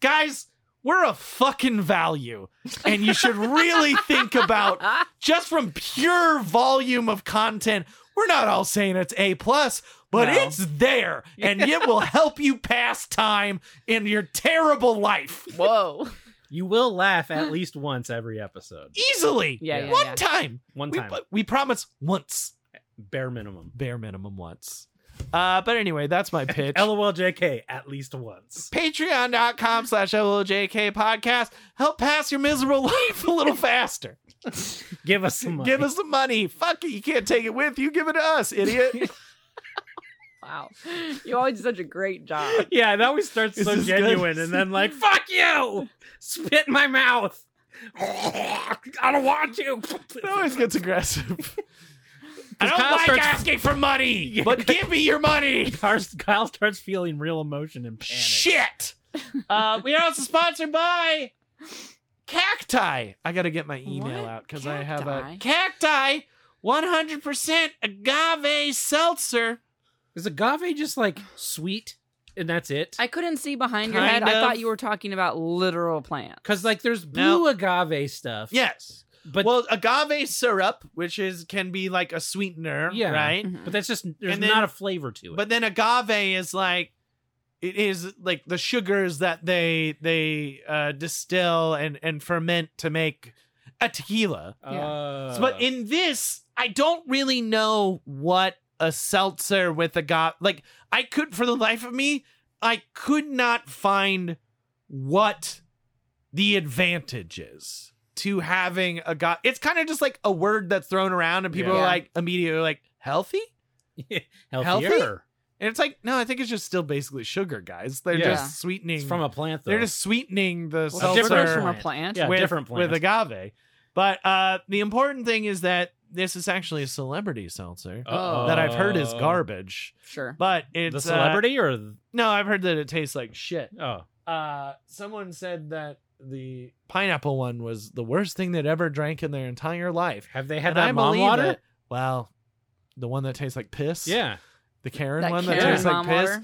guys we're a fucking value and you should really think about just from pure volume of content we're not all saying it's a plus but No. it's there and it will help you pass time in your terrible life <laughs> Whoa. You will laugh <laughs> at least once every episode. easily Yeah. Yeah. one yeah. time One we, time. we promise once bare minimum. bare minimum once. Uh, but anyway, that's <laughs> my pitch. LOLJK at least once. Patreon.com slash LOJK podcast. Help pass your miserable <laughs> life a little faster. Give us some money. Give us the money. Fuck it. You can't take it with you. Give it to us, <laughs> idiot. Wow. You always do such a great job. Yeah, it always starts This so is good. genuine and then <laughs> like, fuck you! Spit in my mouth. I don't want you. it always gets <laughs> aggressive. I don't <laughs> like asking for money, but give me your money. Kyle, Kyle starts feeling real emotion and <laughs> panic. Shit. Uh, we are also sponsored by Cacti. I got to get my email What? out because I have a Cacti Cacti? 100% agave seltzer. Is agave just like sweet and that's it? I couldn't see behind your Kind head. I of. thought you were talking about literal plants. Because like there's No. blue agave stuff. Yes. But well, agave syrup, which is can be like a sweetener, Yeah. right? Mhm. but that's just there's And then- not a flavor to it. But then agave is like it is like the sugars that they they uh, distill and and ferment to make a tequila. Uh, but in this, I don't really know what a seltzer with agave like I could for the life of me, I could not find what the advantage is to having a god it's kind of just like a word that's thrown around and people Yeah. are like immediately like healthy Uh, healthier. healthy? and it's like no i think it's just still basically sugar guys they're Yeah. just sweetening It's from a plant though. they're just sweetening the Well, different different seltzer from a plant. plant. Yeah. with, different with plants. agave but uh the important thing is that this is actually a celebrity seltzer Uh-oh. oh, that i've heard is garbage Sure. but it's Uh, The uh, celebrity or th- no i've heard that it tastes like shit oh uh, someone said that the pineapple one was the worst thing they'd ever drank in their entire life. have they had And that I mom believe water? it. Well, the one that tastes like piss. Yeah, The Karen That one that Karen tastes like mom piss. water.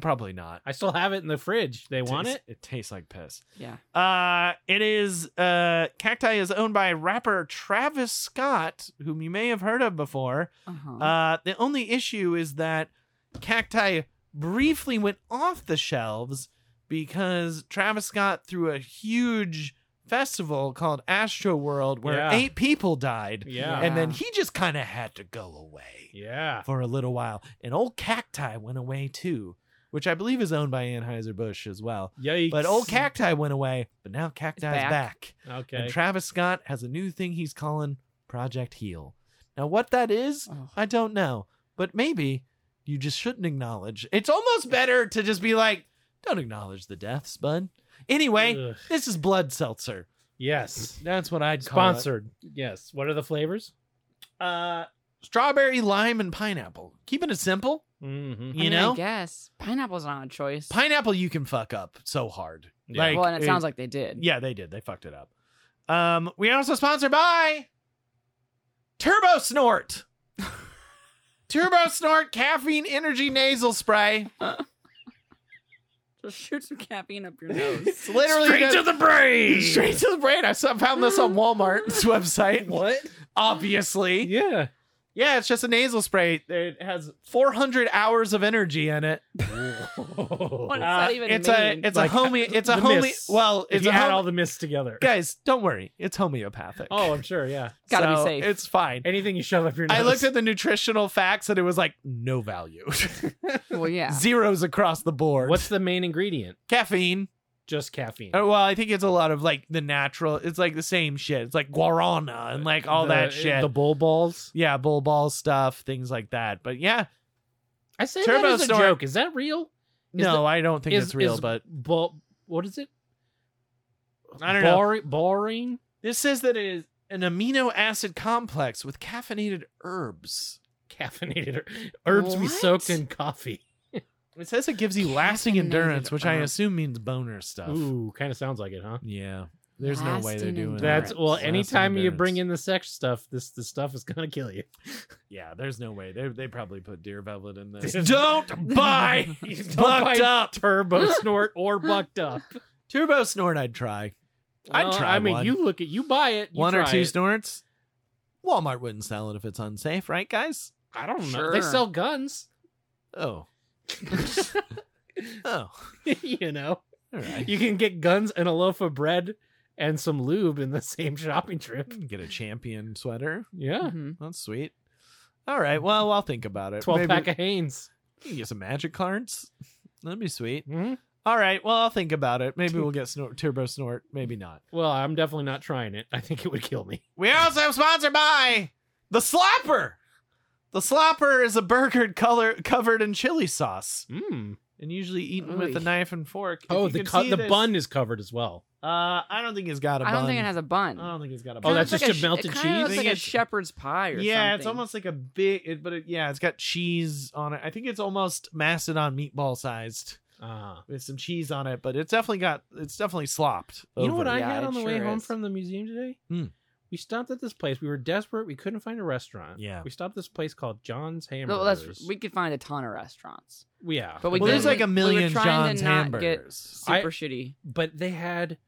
Probably not. I still have it in the fridge. They want tastes, it. It tastes like piss. Yeah. Uh, it is. Uh, Cacti is owned by rapper Travis Scott, whom you may have heard of before. Uh-huh. Uh, the only issue is that Cacti briefly went off the shelves because Travis Scott threw a huge festival called Astro World where Yeah. eight people died. Yeah, And then he just kind of had to go away yeah. for a little while. And old Cacti went away too, which I believe is owned by Anheuser-Busch as well. Yikes! But old Cacti went away, but now Cacti's back. back. Okay. And Travis Scott has a new thing he's calling Project Heal. Now, what that is, Oh. I don't know, but maybe you just shouldn't acknowledge. It's almost better to just be like, don't acknowledge the deaths, bud. Anyway, Ugh. this is blood seltzer. Yes. That's what I'd call it. Sponsored. Yes. What are the flavors? Uh. Strawberry, lime, and pineapple. Keeping it simple, hmm you I mean, know. I guess pineapple's not a choice. Pineapple, you can fuck up so hard. Yeah. Like, well, and it sounds like they did. yeah, they did. They fucked it up. Um, we are also sponsored by Turbo <laughs> Snort. Turbo Snort caffeine energy nasal spray. Just shoot some caffeine up <laughs> your nose. It's literally Straight just- to the brain. straight to the brain. I saw- found this on <laughs> Walmart's website. What? Obviously. Yeah. Yeah, it's just a nasal spray. It has 400 hours of energy in it. what does what that Uh, even it's mean? a it's Like, a homey <laughs> it's a the homey mists. well If it's you a add home- all the myths together. guys don't worry it's homeopathic Oh, I'm sure. Yeah. Gotta be So safe. it's fine Anything you shove up your nose. I looked at the nutritional facts and it was like no value. <laughs> well, yeah. Zeros across the board. <laughs> What's the main ingredient? caffeine? Just caffeine. Uh, Well, I think it's a lot of like the natural. It's like the same shit. It's like guarana and like all The- that shit. The bull balls. yeah, bull ball stuff, things like that. But yeah, I say Turbo that as a Snort. joke. Is that real? Is no, the- I don't think is- it's real. is but bull. What is it? I don't know. Boring. Boring. This says that it is an amino acid complex with caffeinated herbs. Caffeinated her- herbs we What? soaked in coffee. It says it gives you lasting Caffeinated endurance, which I herbs. assume means boner stuff. Ooh, kind of sounds like it, huh? Yeah, there's no way they're Lasting doing That's that. Endurance. well. Lasting Anytime you bring endurance. in the sex stuff, this the stuff is gonna kill you. Yeah, there's no way. They they probably put deer velvet <laughs> in this. Dude. Don't <laughs> buy Don't bucked buy up <laughs> turbo snort or bucked up. turbo snort. I'd try <laughs> I'd Well, try I mean, one. you look at you buy it. you one or try two it. snorts. Walmart wouldn't sell it if it's unsafe, right, guys? I don't know. They Sure. sell guns. <laughs> <laughs> Oh, oh, all you know, right. you can get guns and a loaf of bread and some lube in the same shopping trip. Get a champion sweater. Yeah. Mhm. That's sweet. All right. Well, I'll think about it. 12 Maybe- pack of Hanes. You can get some magic cards. That'd be sweet. Hmm? All right. Well, I'll think about it. Maybe we'll get snort, Turbo Snort. Maybe not. Well, I'm definitely not trying it. I think it would kill me. We also sponsored by the Slopper. The Slopper is a burger color covered in chili sauce Mm. and usually eaten with a Oy. knife and fork. If Oh, you the can cut see the this- bun is covered as well. Uh, I don't think it's got a I bun. don't think it has a bun. I don't think it's got a Oh, bun. Kinda that's looks just like a sh- melted it kinda cheese? Looks like a It's- shepherd's pie or yeah, it's something. almost like a big, it, but it, yeah, it's got cheese on it. I think it's almost mastodon meatball sized Uh, with some cheese on it, but it's definitely got it's definitely slopped. you know what over. I Yeah, had it on the way sure home is. from the museum today? Hmm. We stopped at this place. We were desperate. We couldn't find a restaurant. Yeah. We stopped at this place called John's No, Hamburgers. that's, we could find a ton of restaurants. yeah. But we well, there's didn't- like a we were million trying John's to not get- hamburgers. I- Super shitty. but they had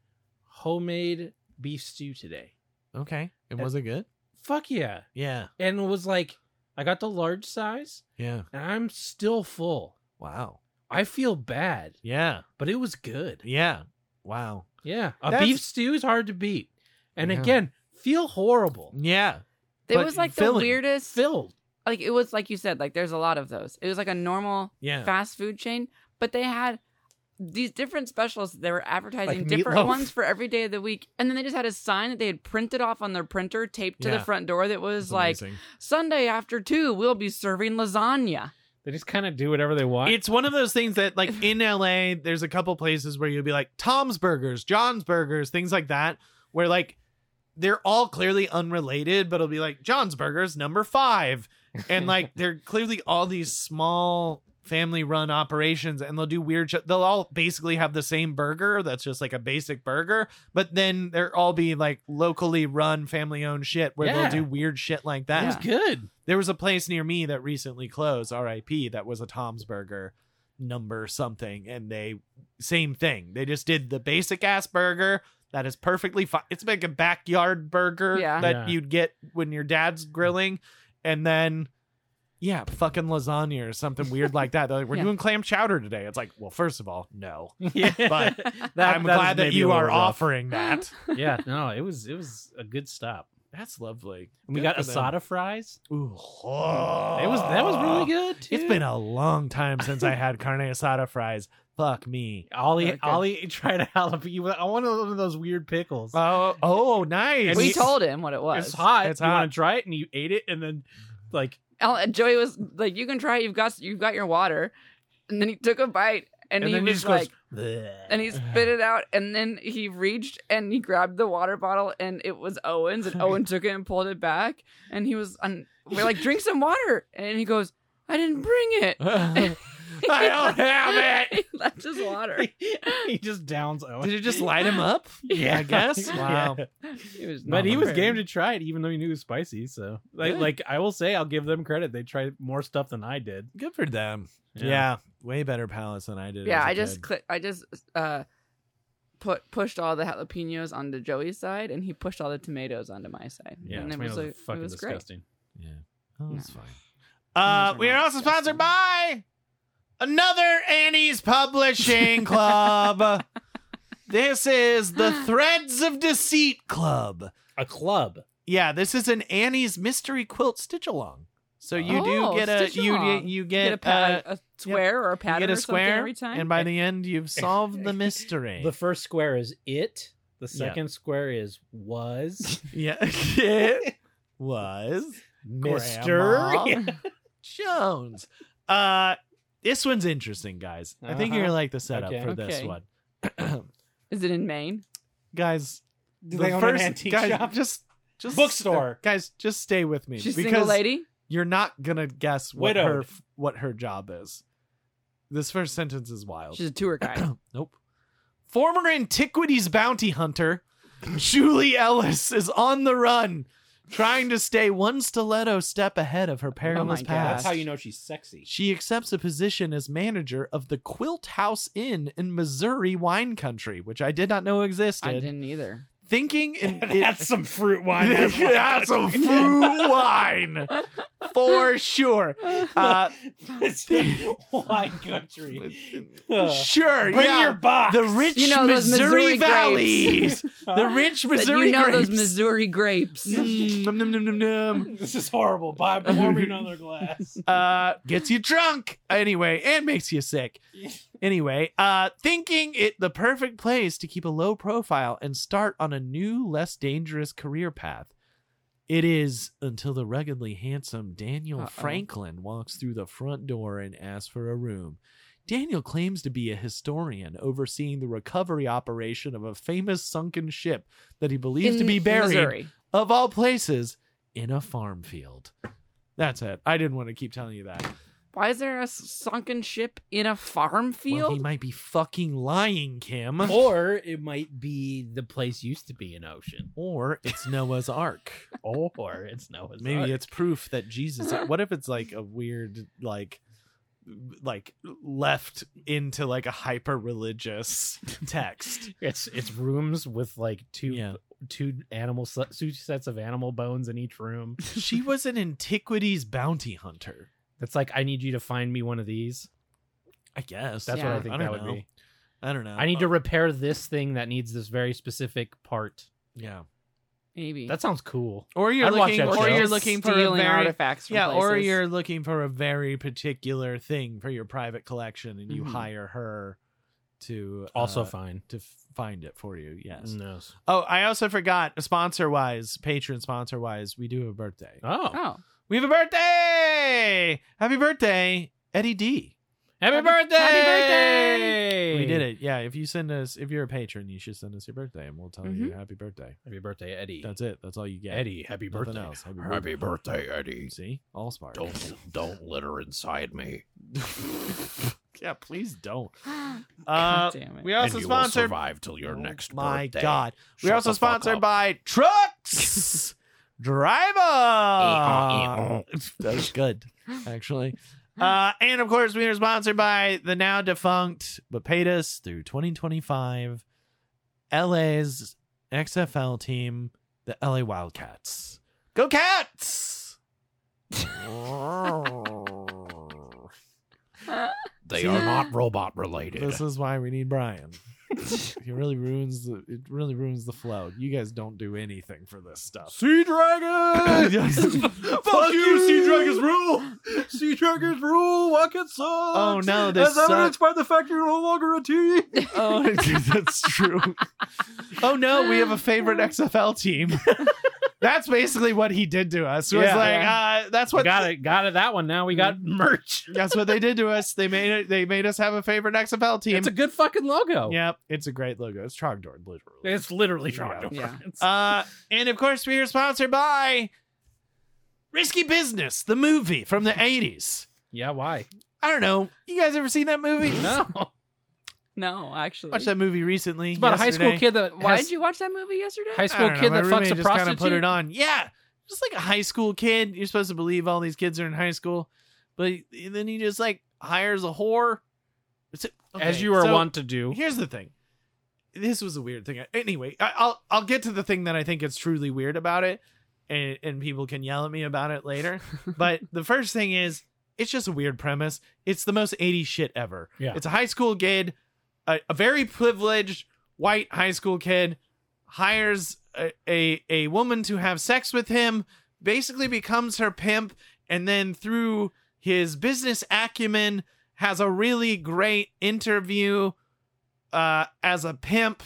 homemade beef stew today. Okay, and was it good? Fuck yeah. Yeah, And it was like, I got the large size yeah. and I'm still full. Wow. I feel bad, Yeah, but it was good. yeah. Wow. Yeah. A That's- beef stew is hard to beat. And Yeah. again, feel horrible. Yeah, It But was like filling. the weirdest. Filled. Like it was like you said. Like there's a lot of those. It was like a normal yeah. fast food chain, but they had these different specials. They were advertising Like different meatloaf. ones for every day of the week, and then they just had a sign that they had printed off on their printer, taped to Yeah. the front door. That was It's like amazing. Sunday after two, we'll be serving lasagna. They just kind of do whatever they want. it's one of those things that like in LA, there's a couple places where you'll be like Tom's Burgers, John's Burgers, things like that, where like they're all clearly unrelated, but it'll be like John's Burgers number five, and like they're clearly all these small family-run operations, and they'll do weird. Sh- they'll all basically have the same burger that's just like a basic burger, but then they're all be like locally run, family-owned shit where Yeah. they'll do weird shit like that. It was good. There was a place near me that recently closed, RIP, that was a Tom's Burger number something, and they same thing. They just did the basic ass burger that is perfectly fine. It's like a backyard burger Yeah. that Yeah. <laughs> you'd get when your dad's grilling, and then yeah, fucking lasagna or something weird like that. They're like, we're Yeah. doing clam chowder today. It's like, well, first of all, no. Yeah. But <laughs> I'm was glad that maybe you a are little rough. offering that. yeah, no, it was it was a good stop. That's lovely. And we Good got for them. asada fries. Ooh. It was that was really good. It's been a long time since I had carne asada fries. Fuck me. Ollie Okay. Ollie tried a jalapeno. I wanted one of those weird pickles. Oh, oh, nice. And we he- told him what it was. It's hot. It's you hot. want to try it, and you ate it, and then like <laughs> Al- Joey was like, "You can try. it. You've got you've got your water," and then he took a bite and, And he then he was just goes, like, and he spit it out, and then he reached and he grabbed the water bottle, and it was Owen's, and Owen took it and pulled it back, and he was on. We're like, "Drink some water," and he goes, "I didn't bring it. <laughs> <laughs> I don't have <laughs> it. he left his <laughs> water." he just downs Owen. Did it just light him up? <laughs> Yeah, I guess. Wow. Yeah. He was But he was game prepared. to try it, even though he knew it was spicy. So, like, Good. like I will say, I'll give them credit. They tried more stuff than I did. Good for them. Yeah. way better palace than I did. Yeah, as a I just kid. cli- I just uh put pushed all the jalapenos onto Joey's side, and he pushed all the tomatoes onto my side. yeah. and it was tomatoes are like it fucking was great. disgusting. Yeah. Oh, that's fine. Uh, Those are we are not also sponsored by disgusting. another Annie's <laughs> Publishing Club. this is the Threads of Deceit Club. A club. Yeah, this is an Annie's Mystery Quilt Stitch Along. So you Oh, do get a stitch you along. you get, Get a, pa- uh, a square or a pattern you get a or something square, every time. Eh. and by the end you've solved <laughs> the mystery. The first square is it. The Yeah. second square is <laughs> was <laughs> yeah, it was Mister. Grandma <laughs> Jones. Uh, this one's interesting, guys. I think you're Uh-huh. gonna like the setup Okay. for this Okay. one, Is it in Maine? guys. the they own an first antique guys, shop? just just Bookstore. guys. Just stay with me She's a single because lady. you're not gonna guess what Widowed. her what her job is. This first sentence is wild. She's a <clears throat> tour guide. nope. Former antiquities bounty hunter Julie Ellis is on the run, trying to stay one stiletto step ahead of her perilous Oh God. past. That's how you know she's <laughs> sexy. She accepts a position as manager of the Quilt House Inn in Missouri wine country, which I did not know existed. I didn't either. <laughs> Thinking in, <laughs> That's some fruit wine. That's some fruit wine. for <laughs> sure. Uh, it's a <laughs> wine country. Ugh. sure, Bring yeah. your box. the rich You know those Missouri, Missouri grapes. <laughs> valleys. the rich But Missouri you know grapes. those Missouri grapes. Mm, nom, nom, nom, nom, nom. This is horrible. Buy <laughs> pour me another glass. uh gets you drunk anyway and makes you <laughs> sick anyway uh thinking it the perfect place to keep a low profile and start on a new less dangerous career path it is until the ruggedly handsome daniel Uh-oh. franklin walks through the front door and asks for a room daniel claims to be a historian overseeing the recovery operation of a famous sunken ship that he believes to In be buried Missouri. of all places, in a farm field. That's it. I didn't want to keep telling you that. Why is there a sunken ship in a farm Well, he field? might be fucking lying, Kim. <laughs> or it might be the place used to be an ocean. Or it's Noah's Ark. Or it's Noah's Maybe Ark. it's proof that Jesus. What if it's like a weird, like, like left into like a hyper religious text? it's it's rooms with like two Yeah. two animal se- two sets of animal bones in each room. <laughs> She was an antiquities bounty hunter. That's like I need you to find me one of these. I guess That's what Yeah. I think don't that would know. be. I don't know. I need to repair this thing that needs this very specific part. yeah. Maybe. That sounds cool. Or you're I'd watch looking, that or show. you're looking for a stealing very artifacts. From yeah or places. you're looking for a very particular thing for your private collection and you Mhm. hire her to Also Mm. uh, fine. to f- find it for you yes No. oh i also forgot sponsor wise patron sponsor wise we do have a birthday Oh. Oh, we have a birthday happy birthday eddie d Happy, Happy- birthday! happy birthday! we did it yeah if you send us if you're a patron you should send us your birthday and we'll tell you Mm-hmm. happy birthday Happy birthday, Eddie. that's it that's all you get Eddie, happy Nothing birthday. else. Happy, Happy birthday, Eddie. See, all smart. Don't don't litter inside me. yeah, please <gasps> don't. Uh, God damn it. we And also you will sponsored survive till your next Oh my birthday. god we're Shut also the fuck sponsored up. by <laughs> trucks E driver that was good actually uh, and of course we are sponsored by the now defunct but paid us through 2025 la's xfl team the la wildcats go cats They <laughs> are not robot related. This is why we need Brian. <laughs> he really ruins the it really ruins the flow. You guys don't do anything for this stuff. <laughs> Sea Dragon! Fuck you, Sea Dragons rule! Sea Dragons rule! Walk it sucks! Oh, no, this As evidenced by the fact you're no longer a team! oh, <laughs> that's true. Oh no, we have a favorite XFL <laughs> team. that's basically what he did to us. It was Yeah. like uh, that's what got it, got it. That one. Now we got Mm-hmm. merch. that's what they did to us. They made it. They made us have a favorite XFL team. It's a good fucking logo. yep, it's a great logo. It's Trogdor, literally. it's literally Toronto. Yeah. Uh, and of course, we are sponsored by Risky Business, the movie from the 80s. yeah. Why? I don't know. You guys ever seen that movie? No. no, actually. Watched that movie recently. <laughs> It's about a high school kid that. Why has- did you watch that movie yesterday? High school kid that fucks just a kinda prostitute. put it on. Yeah, just like a high school kid. You're supposed to believe all these kids are in high school, but then he just like hires a whore. It's- As okay, you are so- wont to do. Here's the thing. This was a weird thing. Anyway, I, I'll I'll get to the thing that I think is truly weird about it, and, and people can yell at me about it <laughs> later. but the first thing is, it's just a weird premise. It's the most 80s shit ever. Yeah. It's a high school kid, a, a very privileged white high school kid, hires a, a a woman to have sex with him, basically becomes her pimp, and then through his business acumen has a really great interview uh, as a pimp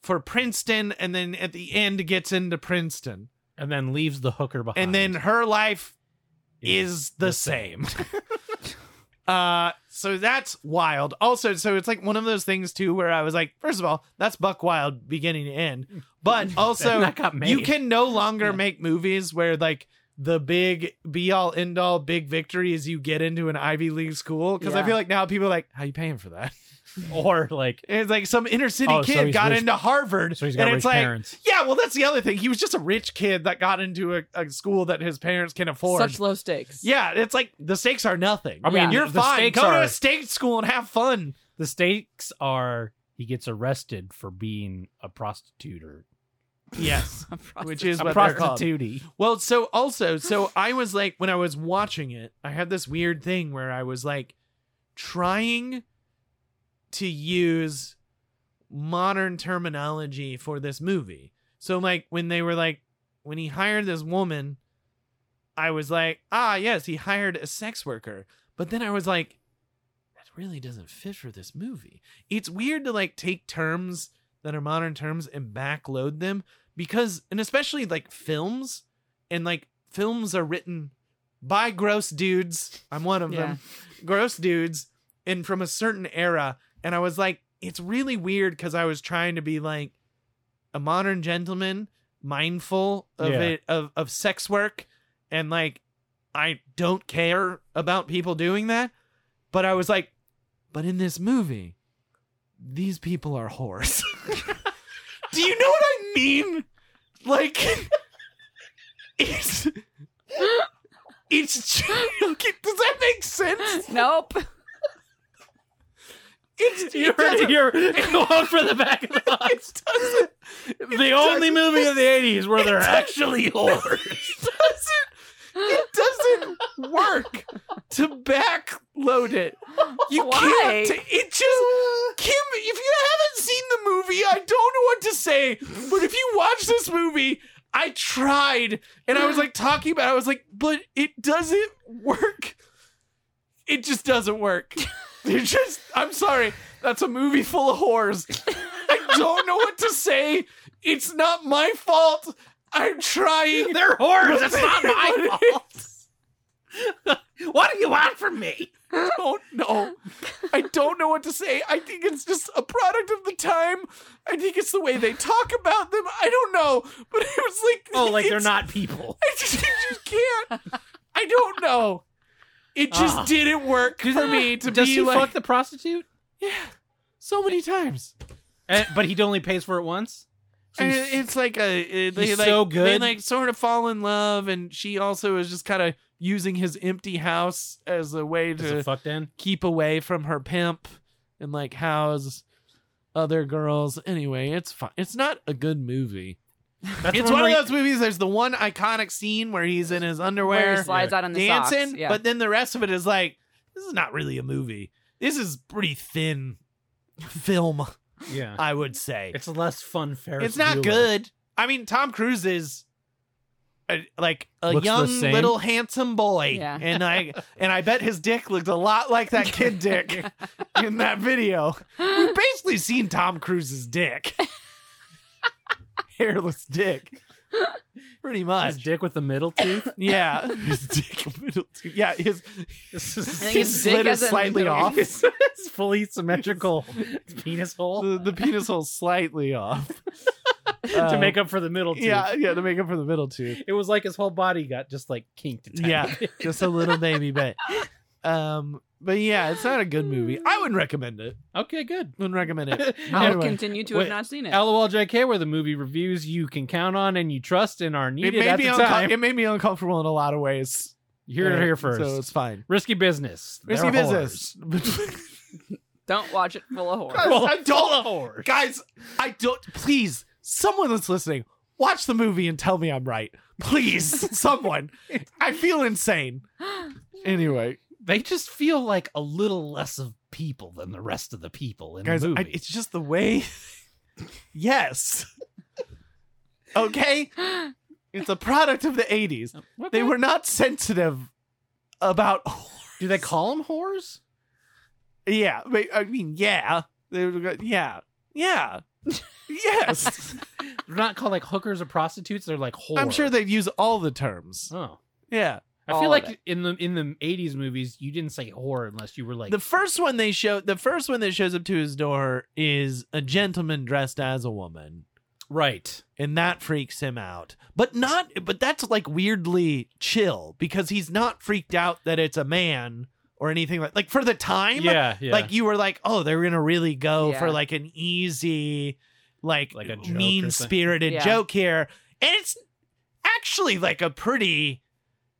for Princeton, and then at the end gets into Princeton, And then leaves the hooker behind. and <laughs> then her life is the, the same. <laughs> same. uh, so that's wild. Also, so it's like one of those things too, where I was like, first of all, that's Buck Wild beginning to end, but also that got made. you can no longer make movies where like the big be all end all big victory is you get into an Ivy League school because I Yeah. feel like now people are like, how you paying for that? <laughs> or like. And it's like some inner city Oh, so kid he's got rich- into Harvard, So he's got and rich it's like. parents. Yeah, well, that's the other thing. He was just a rich kid that got into a, a school that his parents can afford. Such low stakes. yeah, it's like the stakes are nothing. I mean, you're the fine. stakes Go to are- a state school and have fun. The stakes are he gets arrested for being a prostitute or Yes. <laughs> A prostitute. Which is A what they're called. prostitute. <laughs> Well, so also, so I was like, when I was watching it, I had this weird thing where I was like trying to use modern terminology for this movie. So, like, when they were like, when he hired this woman, I was like, ah, yes, he hired a sex worker. But then I was like, that really doesn't fit for this movie. It's weird to like take terms that are modern terms and backload them because, and especially like films, and like films are written by gross dudes. I'm one of them. Gross dudes and from a certain era. And I was like, it's really weird because I was trying to be like a modern gentleman, mindful of Yeah. it of, of sex work, and like I don't care about people doing that. But I was like, but in this movie, these people are whores. <laughs> Do you know what I mean? Like <laughs> it's it's <laughs> okay, does that make sense? <laughs> Nope. It's <laughs> You're, it doesn't- you're going for the <laughs> back of the box. it doesn't- The only movie <laughs> of the 80s where they're actually whores. it doesn't work to backload it. You Why? can't. It just Kim. If you haven't seen the movie, I don't know what to say. But if you watch this movie, I tried, and I was like talking about. It, I was like, but it doesn't work. It just doesn't <laughs> work. It just. I'm sorry. That's a movie full of whores. I don't know what to say. It's not my fault. I'm trying. <laughs> They're whores. It's not my fault. <laughs> what do you want from me? don't know. I don't know what to say. I think it's just a product of the time. I think it's the way they talk about them. I don't know. But it was like Oh, like they're it's- not <laughs> people. I just, I just can't. I don't know. It just Ah. didn't work for me to Does be he like fuck the prostitute? yeah, so many times. And, Eh, but he only pays for it once. So And he's- it's like a it- they he's like so they good. like sort of fall in love, and she also is just kind of using his empty house as a way Does to it fuck <laughs> then? keep away from her pimp and like house other girls. Anyway, it's fine. It's not a good movie. That's it's one of those movies. There's the one iconic scene where he's in his Where underwear he slides out in the dancing, socks. Yeah. <gasps> but then the rest of it is like, this is not really a movie. This is pretty thin film, Yeah, I would say. it's less fun. Ferris. It's not Bueller. good. I mean, Tom Cruise is a, like a Looks the young same. little handsome boy, Yeah. <laughs> and I and I bet his dick looked a lot like that <laughs> kid dick in that video. We've basically seen Tom Cruise's <laughs> dick, hairless dick, pretty His much. dick with <laughs> the middle tooth. Yeah, his dick middle tooth. Yeah, his This I is think his his dick slit is has a slightly middle. off. it's, it's fully <laughs> symmetrical. It's penis <laughs> hole The, the penis hole slightly off to make up for the middle tooth. Uh, Yeah, yeah, to make up for the middle tooth. It was like his whole body got just like kinked. <laughs> a tiny Yeah. bit. just a little baby bit. Um, but yeah, it's not a good movie. I wouldn't recommend it. Okay. Good. Wouldn't recommend <laughs> it. <gasps> I'll Anyway, continue to have wait, not seen it. LOLJK, where the movie reviews you can count on and you trust and are It needed made, at me the uncom- time. it made me uncomfortable in a lot of ways. you heard it Uh, here first. so it's fine. Risky business. Risky They're <laughs> business. <laughs> Don't watch it full of Whores. horror. Well, Well, I don't- don't whores. Guys, I don't. Please, someone that's listening, watch the movie and tell me I'm right. <laughs> Please, someone. I feel insane. <gasps> Anyway, They just feel like a little less of people than the rest of the people in guys, the I, movie. it's just the way. <laughs> yes. okay. It's a product of the 80s. What They the- were not sensitive about. <laughs> Do they call them whores? yeah, but, I mean, yeah, they would go, yeah, yeah, yes. They're not called like hookers or prostitutes. They're like whores. I'm sure they'd use all the terms. Oh, Yeah, I All feel of like it. in the in the '80s movies, you didn't say whore unless you were like the first one they show, the first one that shows up to his door is a gentleman dressed as a woman, right. and that freaks him out. But not, but that's like weirdly chill because he's not freaked out that it's a man or anything like like for the time. Yeah, yeah. Like you were like, oh, they're gonna really go Yeah. for like an easy, like, Like a joke or something. mean spirited Yeah. joke here, and it's actually like a pretty,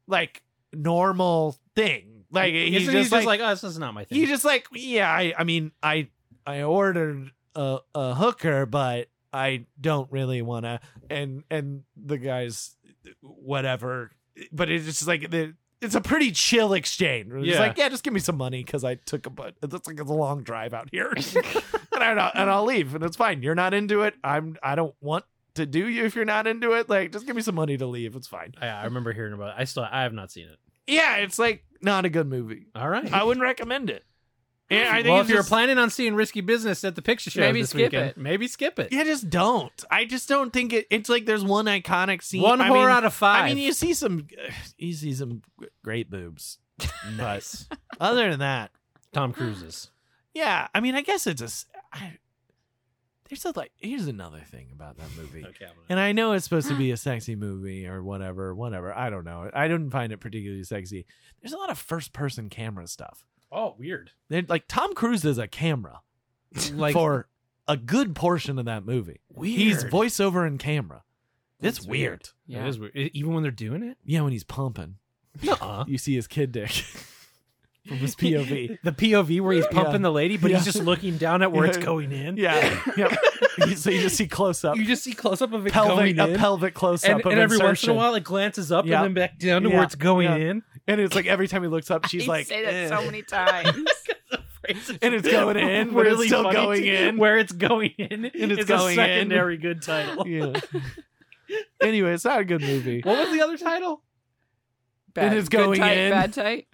like normal thing. Like Isn't he's, he just, like, oh, this is not my thing. he's just like yeah. I I mean I I ordered a a hooker, but I don't really want to and and the guys whatever but it's just like the it's a pretty chill exchange. It's Yeah. like, yeah, just give me some money because I took a but it's like it's a long drive out here, <laughs> and I don't- and I'll leave, and it's fine. You're not into it. I'm I don't want to do you if you're not into it. Like, just give me some money to leave. It's fine. I, I remember hearing about it. I still I have not seen it. Yeah, it's like not a good movie. All right. I wouldn't recommend it. Yeah, Oh, I think well, you if you're just- planning on seeing Risky Business at the picture show Maybe this skip weekend, it. maybe skip it. Yeah, just don't. I just don't think it. It's like there's one iconic scene. One I horror mean, out of five. I mean, you see some, you see some great boobs, but nice. other than that, <laughs> Tom Cruise's. yeah. I mean, I guess it's a. s- I- there's a like. Here's another thing about that movie. Okay. I'm gonna- And I know it's supposed to be a sexy movie or whatever, whatever. I don't know. I didn't find it particularly sexy. There's a lot of first person camera stuff. oh, weird. They're- like Tom Cruise is a camera <laughs> Like for a good portion of that movie. weird. He's voiceover and camera. It's That's weird. weird. It is weird. E- Even when they're <laughs> doing it. Yeah, when he's pumping, Nuh-uh. you see his kid dick <laughs> from his POV. <laughs> The POV where he's Yeah. pumping the lady, but he's Yeah. just looking down at where it's Yeah. going in. <laughs> yeah, yeah. You- so you just see close up, You just see close up of it pelvic, going a in. pelvic close up, and, and every once in a while it glances up Yeah. and then back down to Yeah. where it's going <laughs> Yeah. in. and it's like every time he <laughs> looks up, she's like, say that "Eh." so many <laughs> times. <laughs> and it's going <laughs> in, but it's still funny going to- in. <laughs> Where it's going in And it's is going in. a secondary good title. <laughs> Yeah. anyway, it's not a <laughs> good movie. What was the other title? And it's going good tight, in. Bad tight.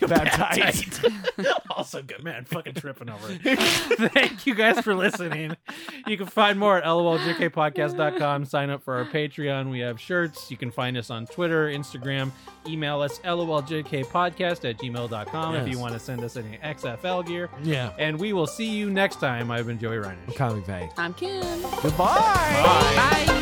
Bad Tight. <laughs> also good, man. Fucking tripping over it. <laughs> <laughs> Thank you guys for listening. You can find more at loljkpodcast.com. Sign up for our Patreon. We have shirts. You can find us on Twitter, Instagram. Email us loljkpodcast at gmail.com if Yes. you want to send us any XFL gear. Yeah, And we will see you next time. I've been Joey Reinish. comic Bay. I'm Kim. Goodbye. Bye.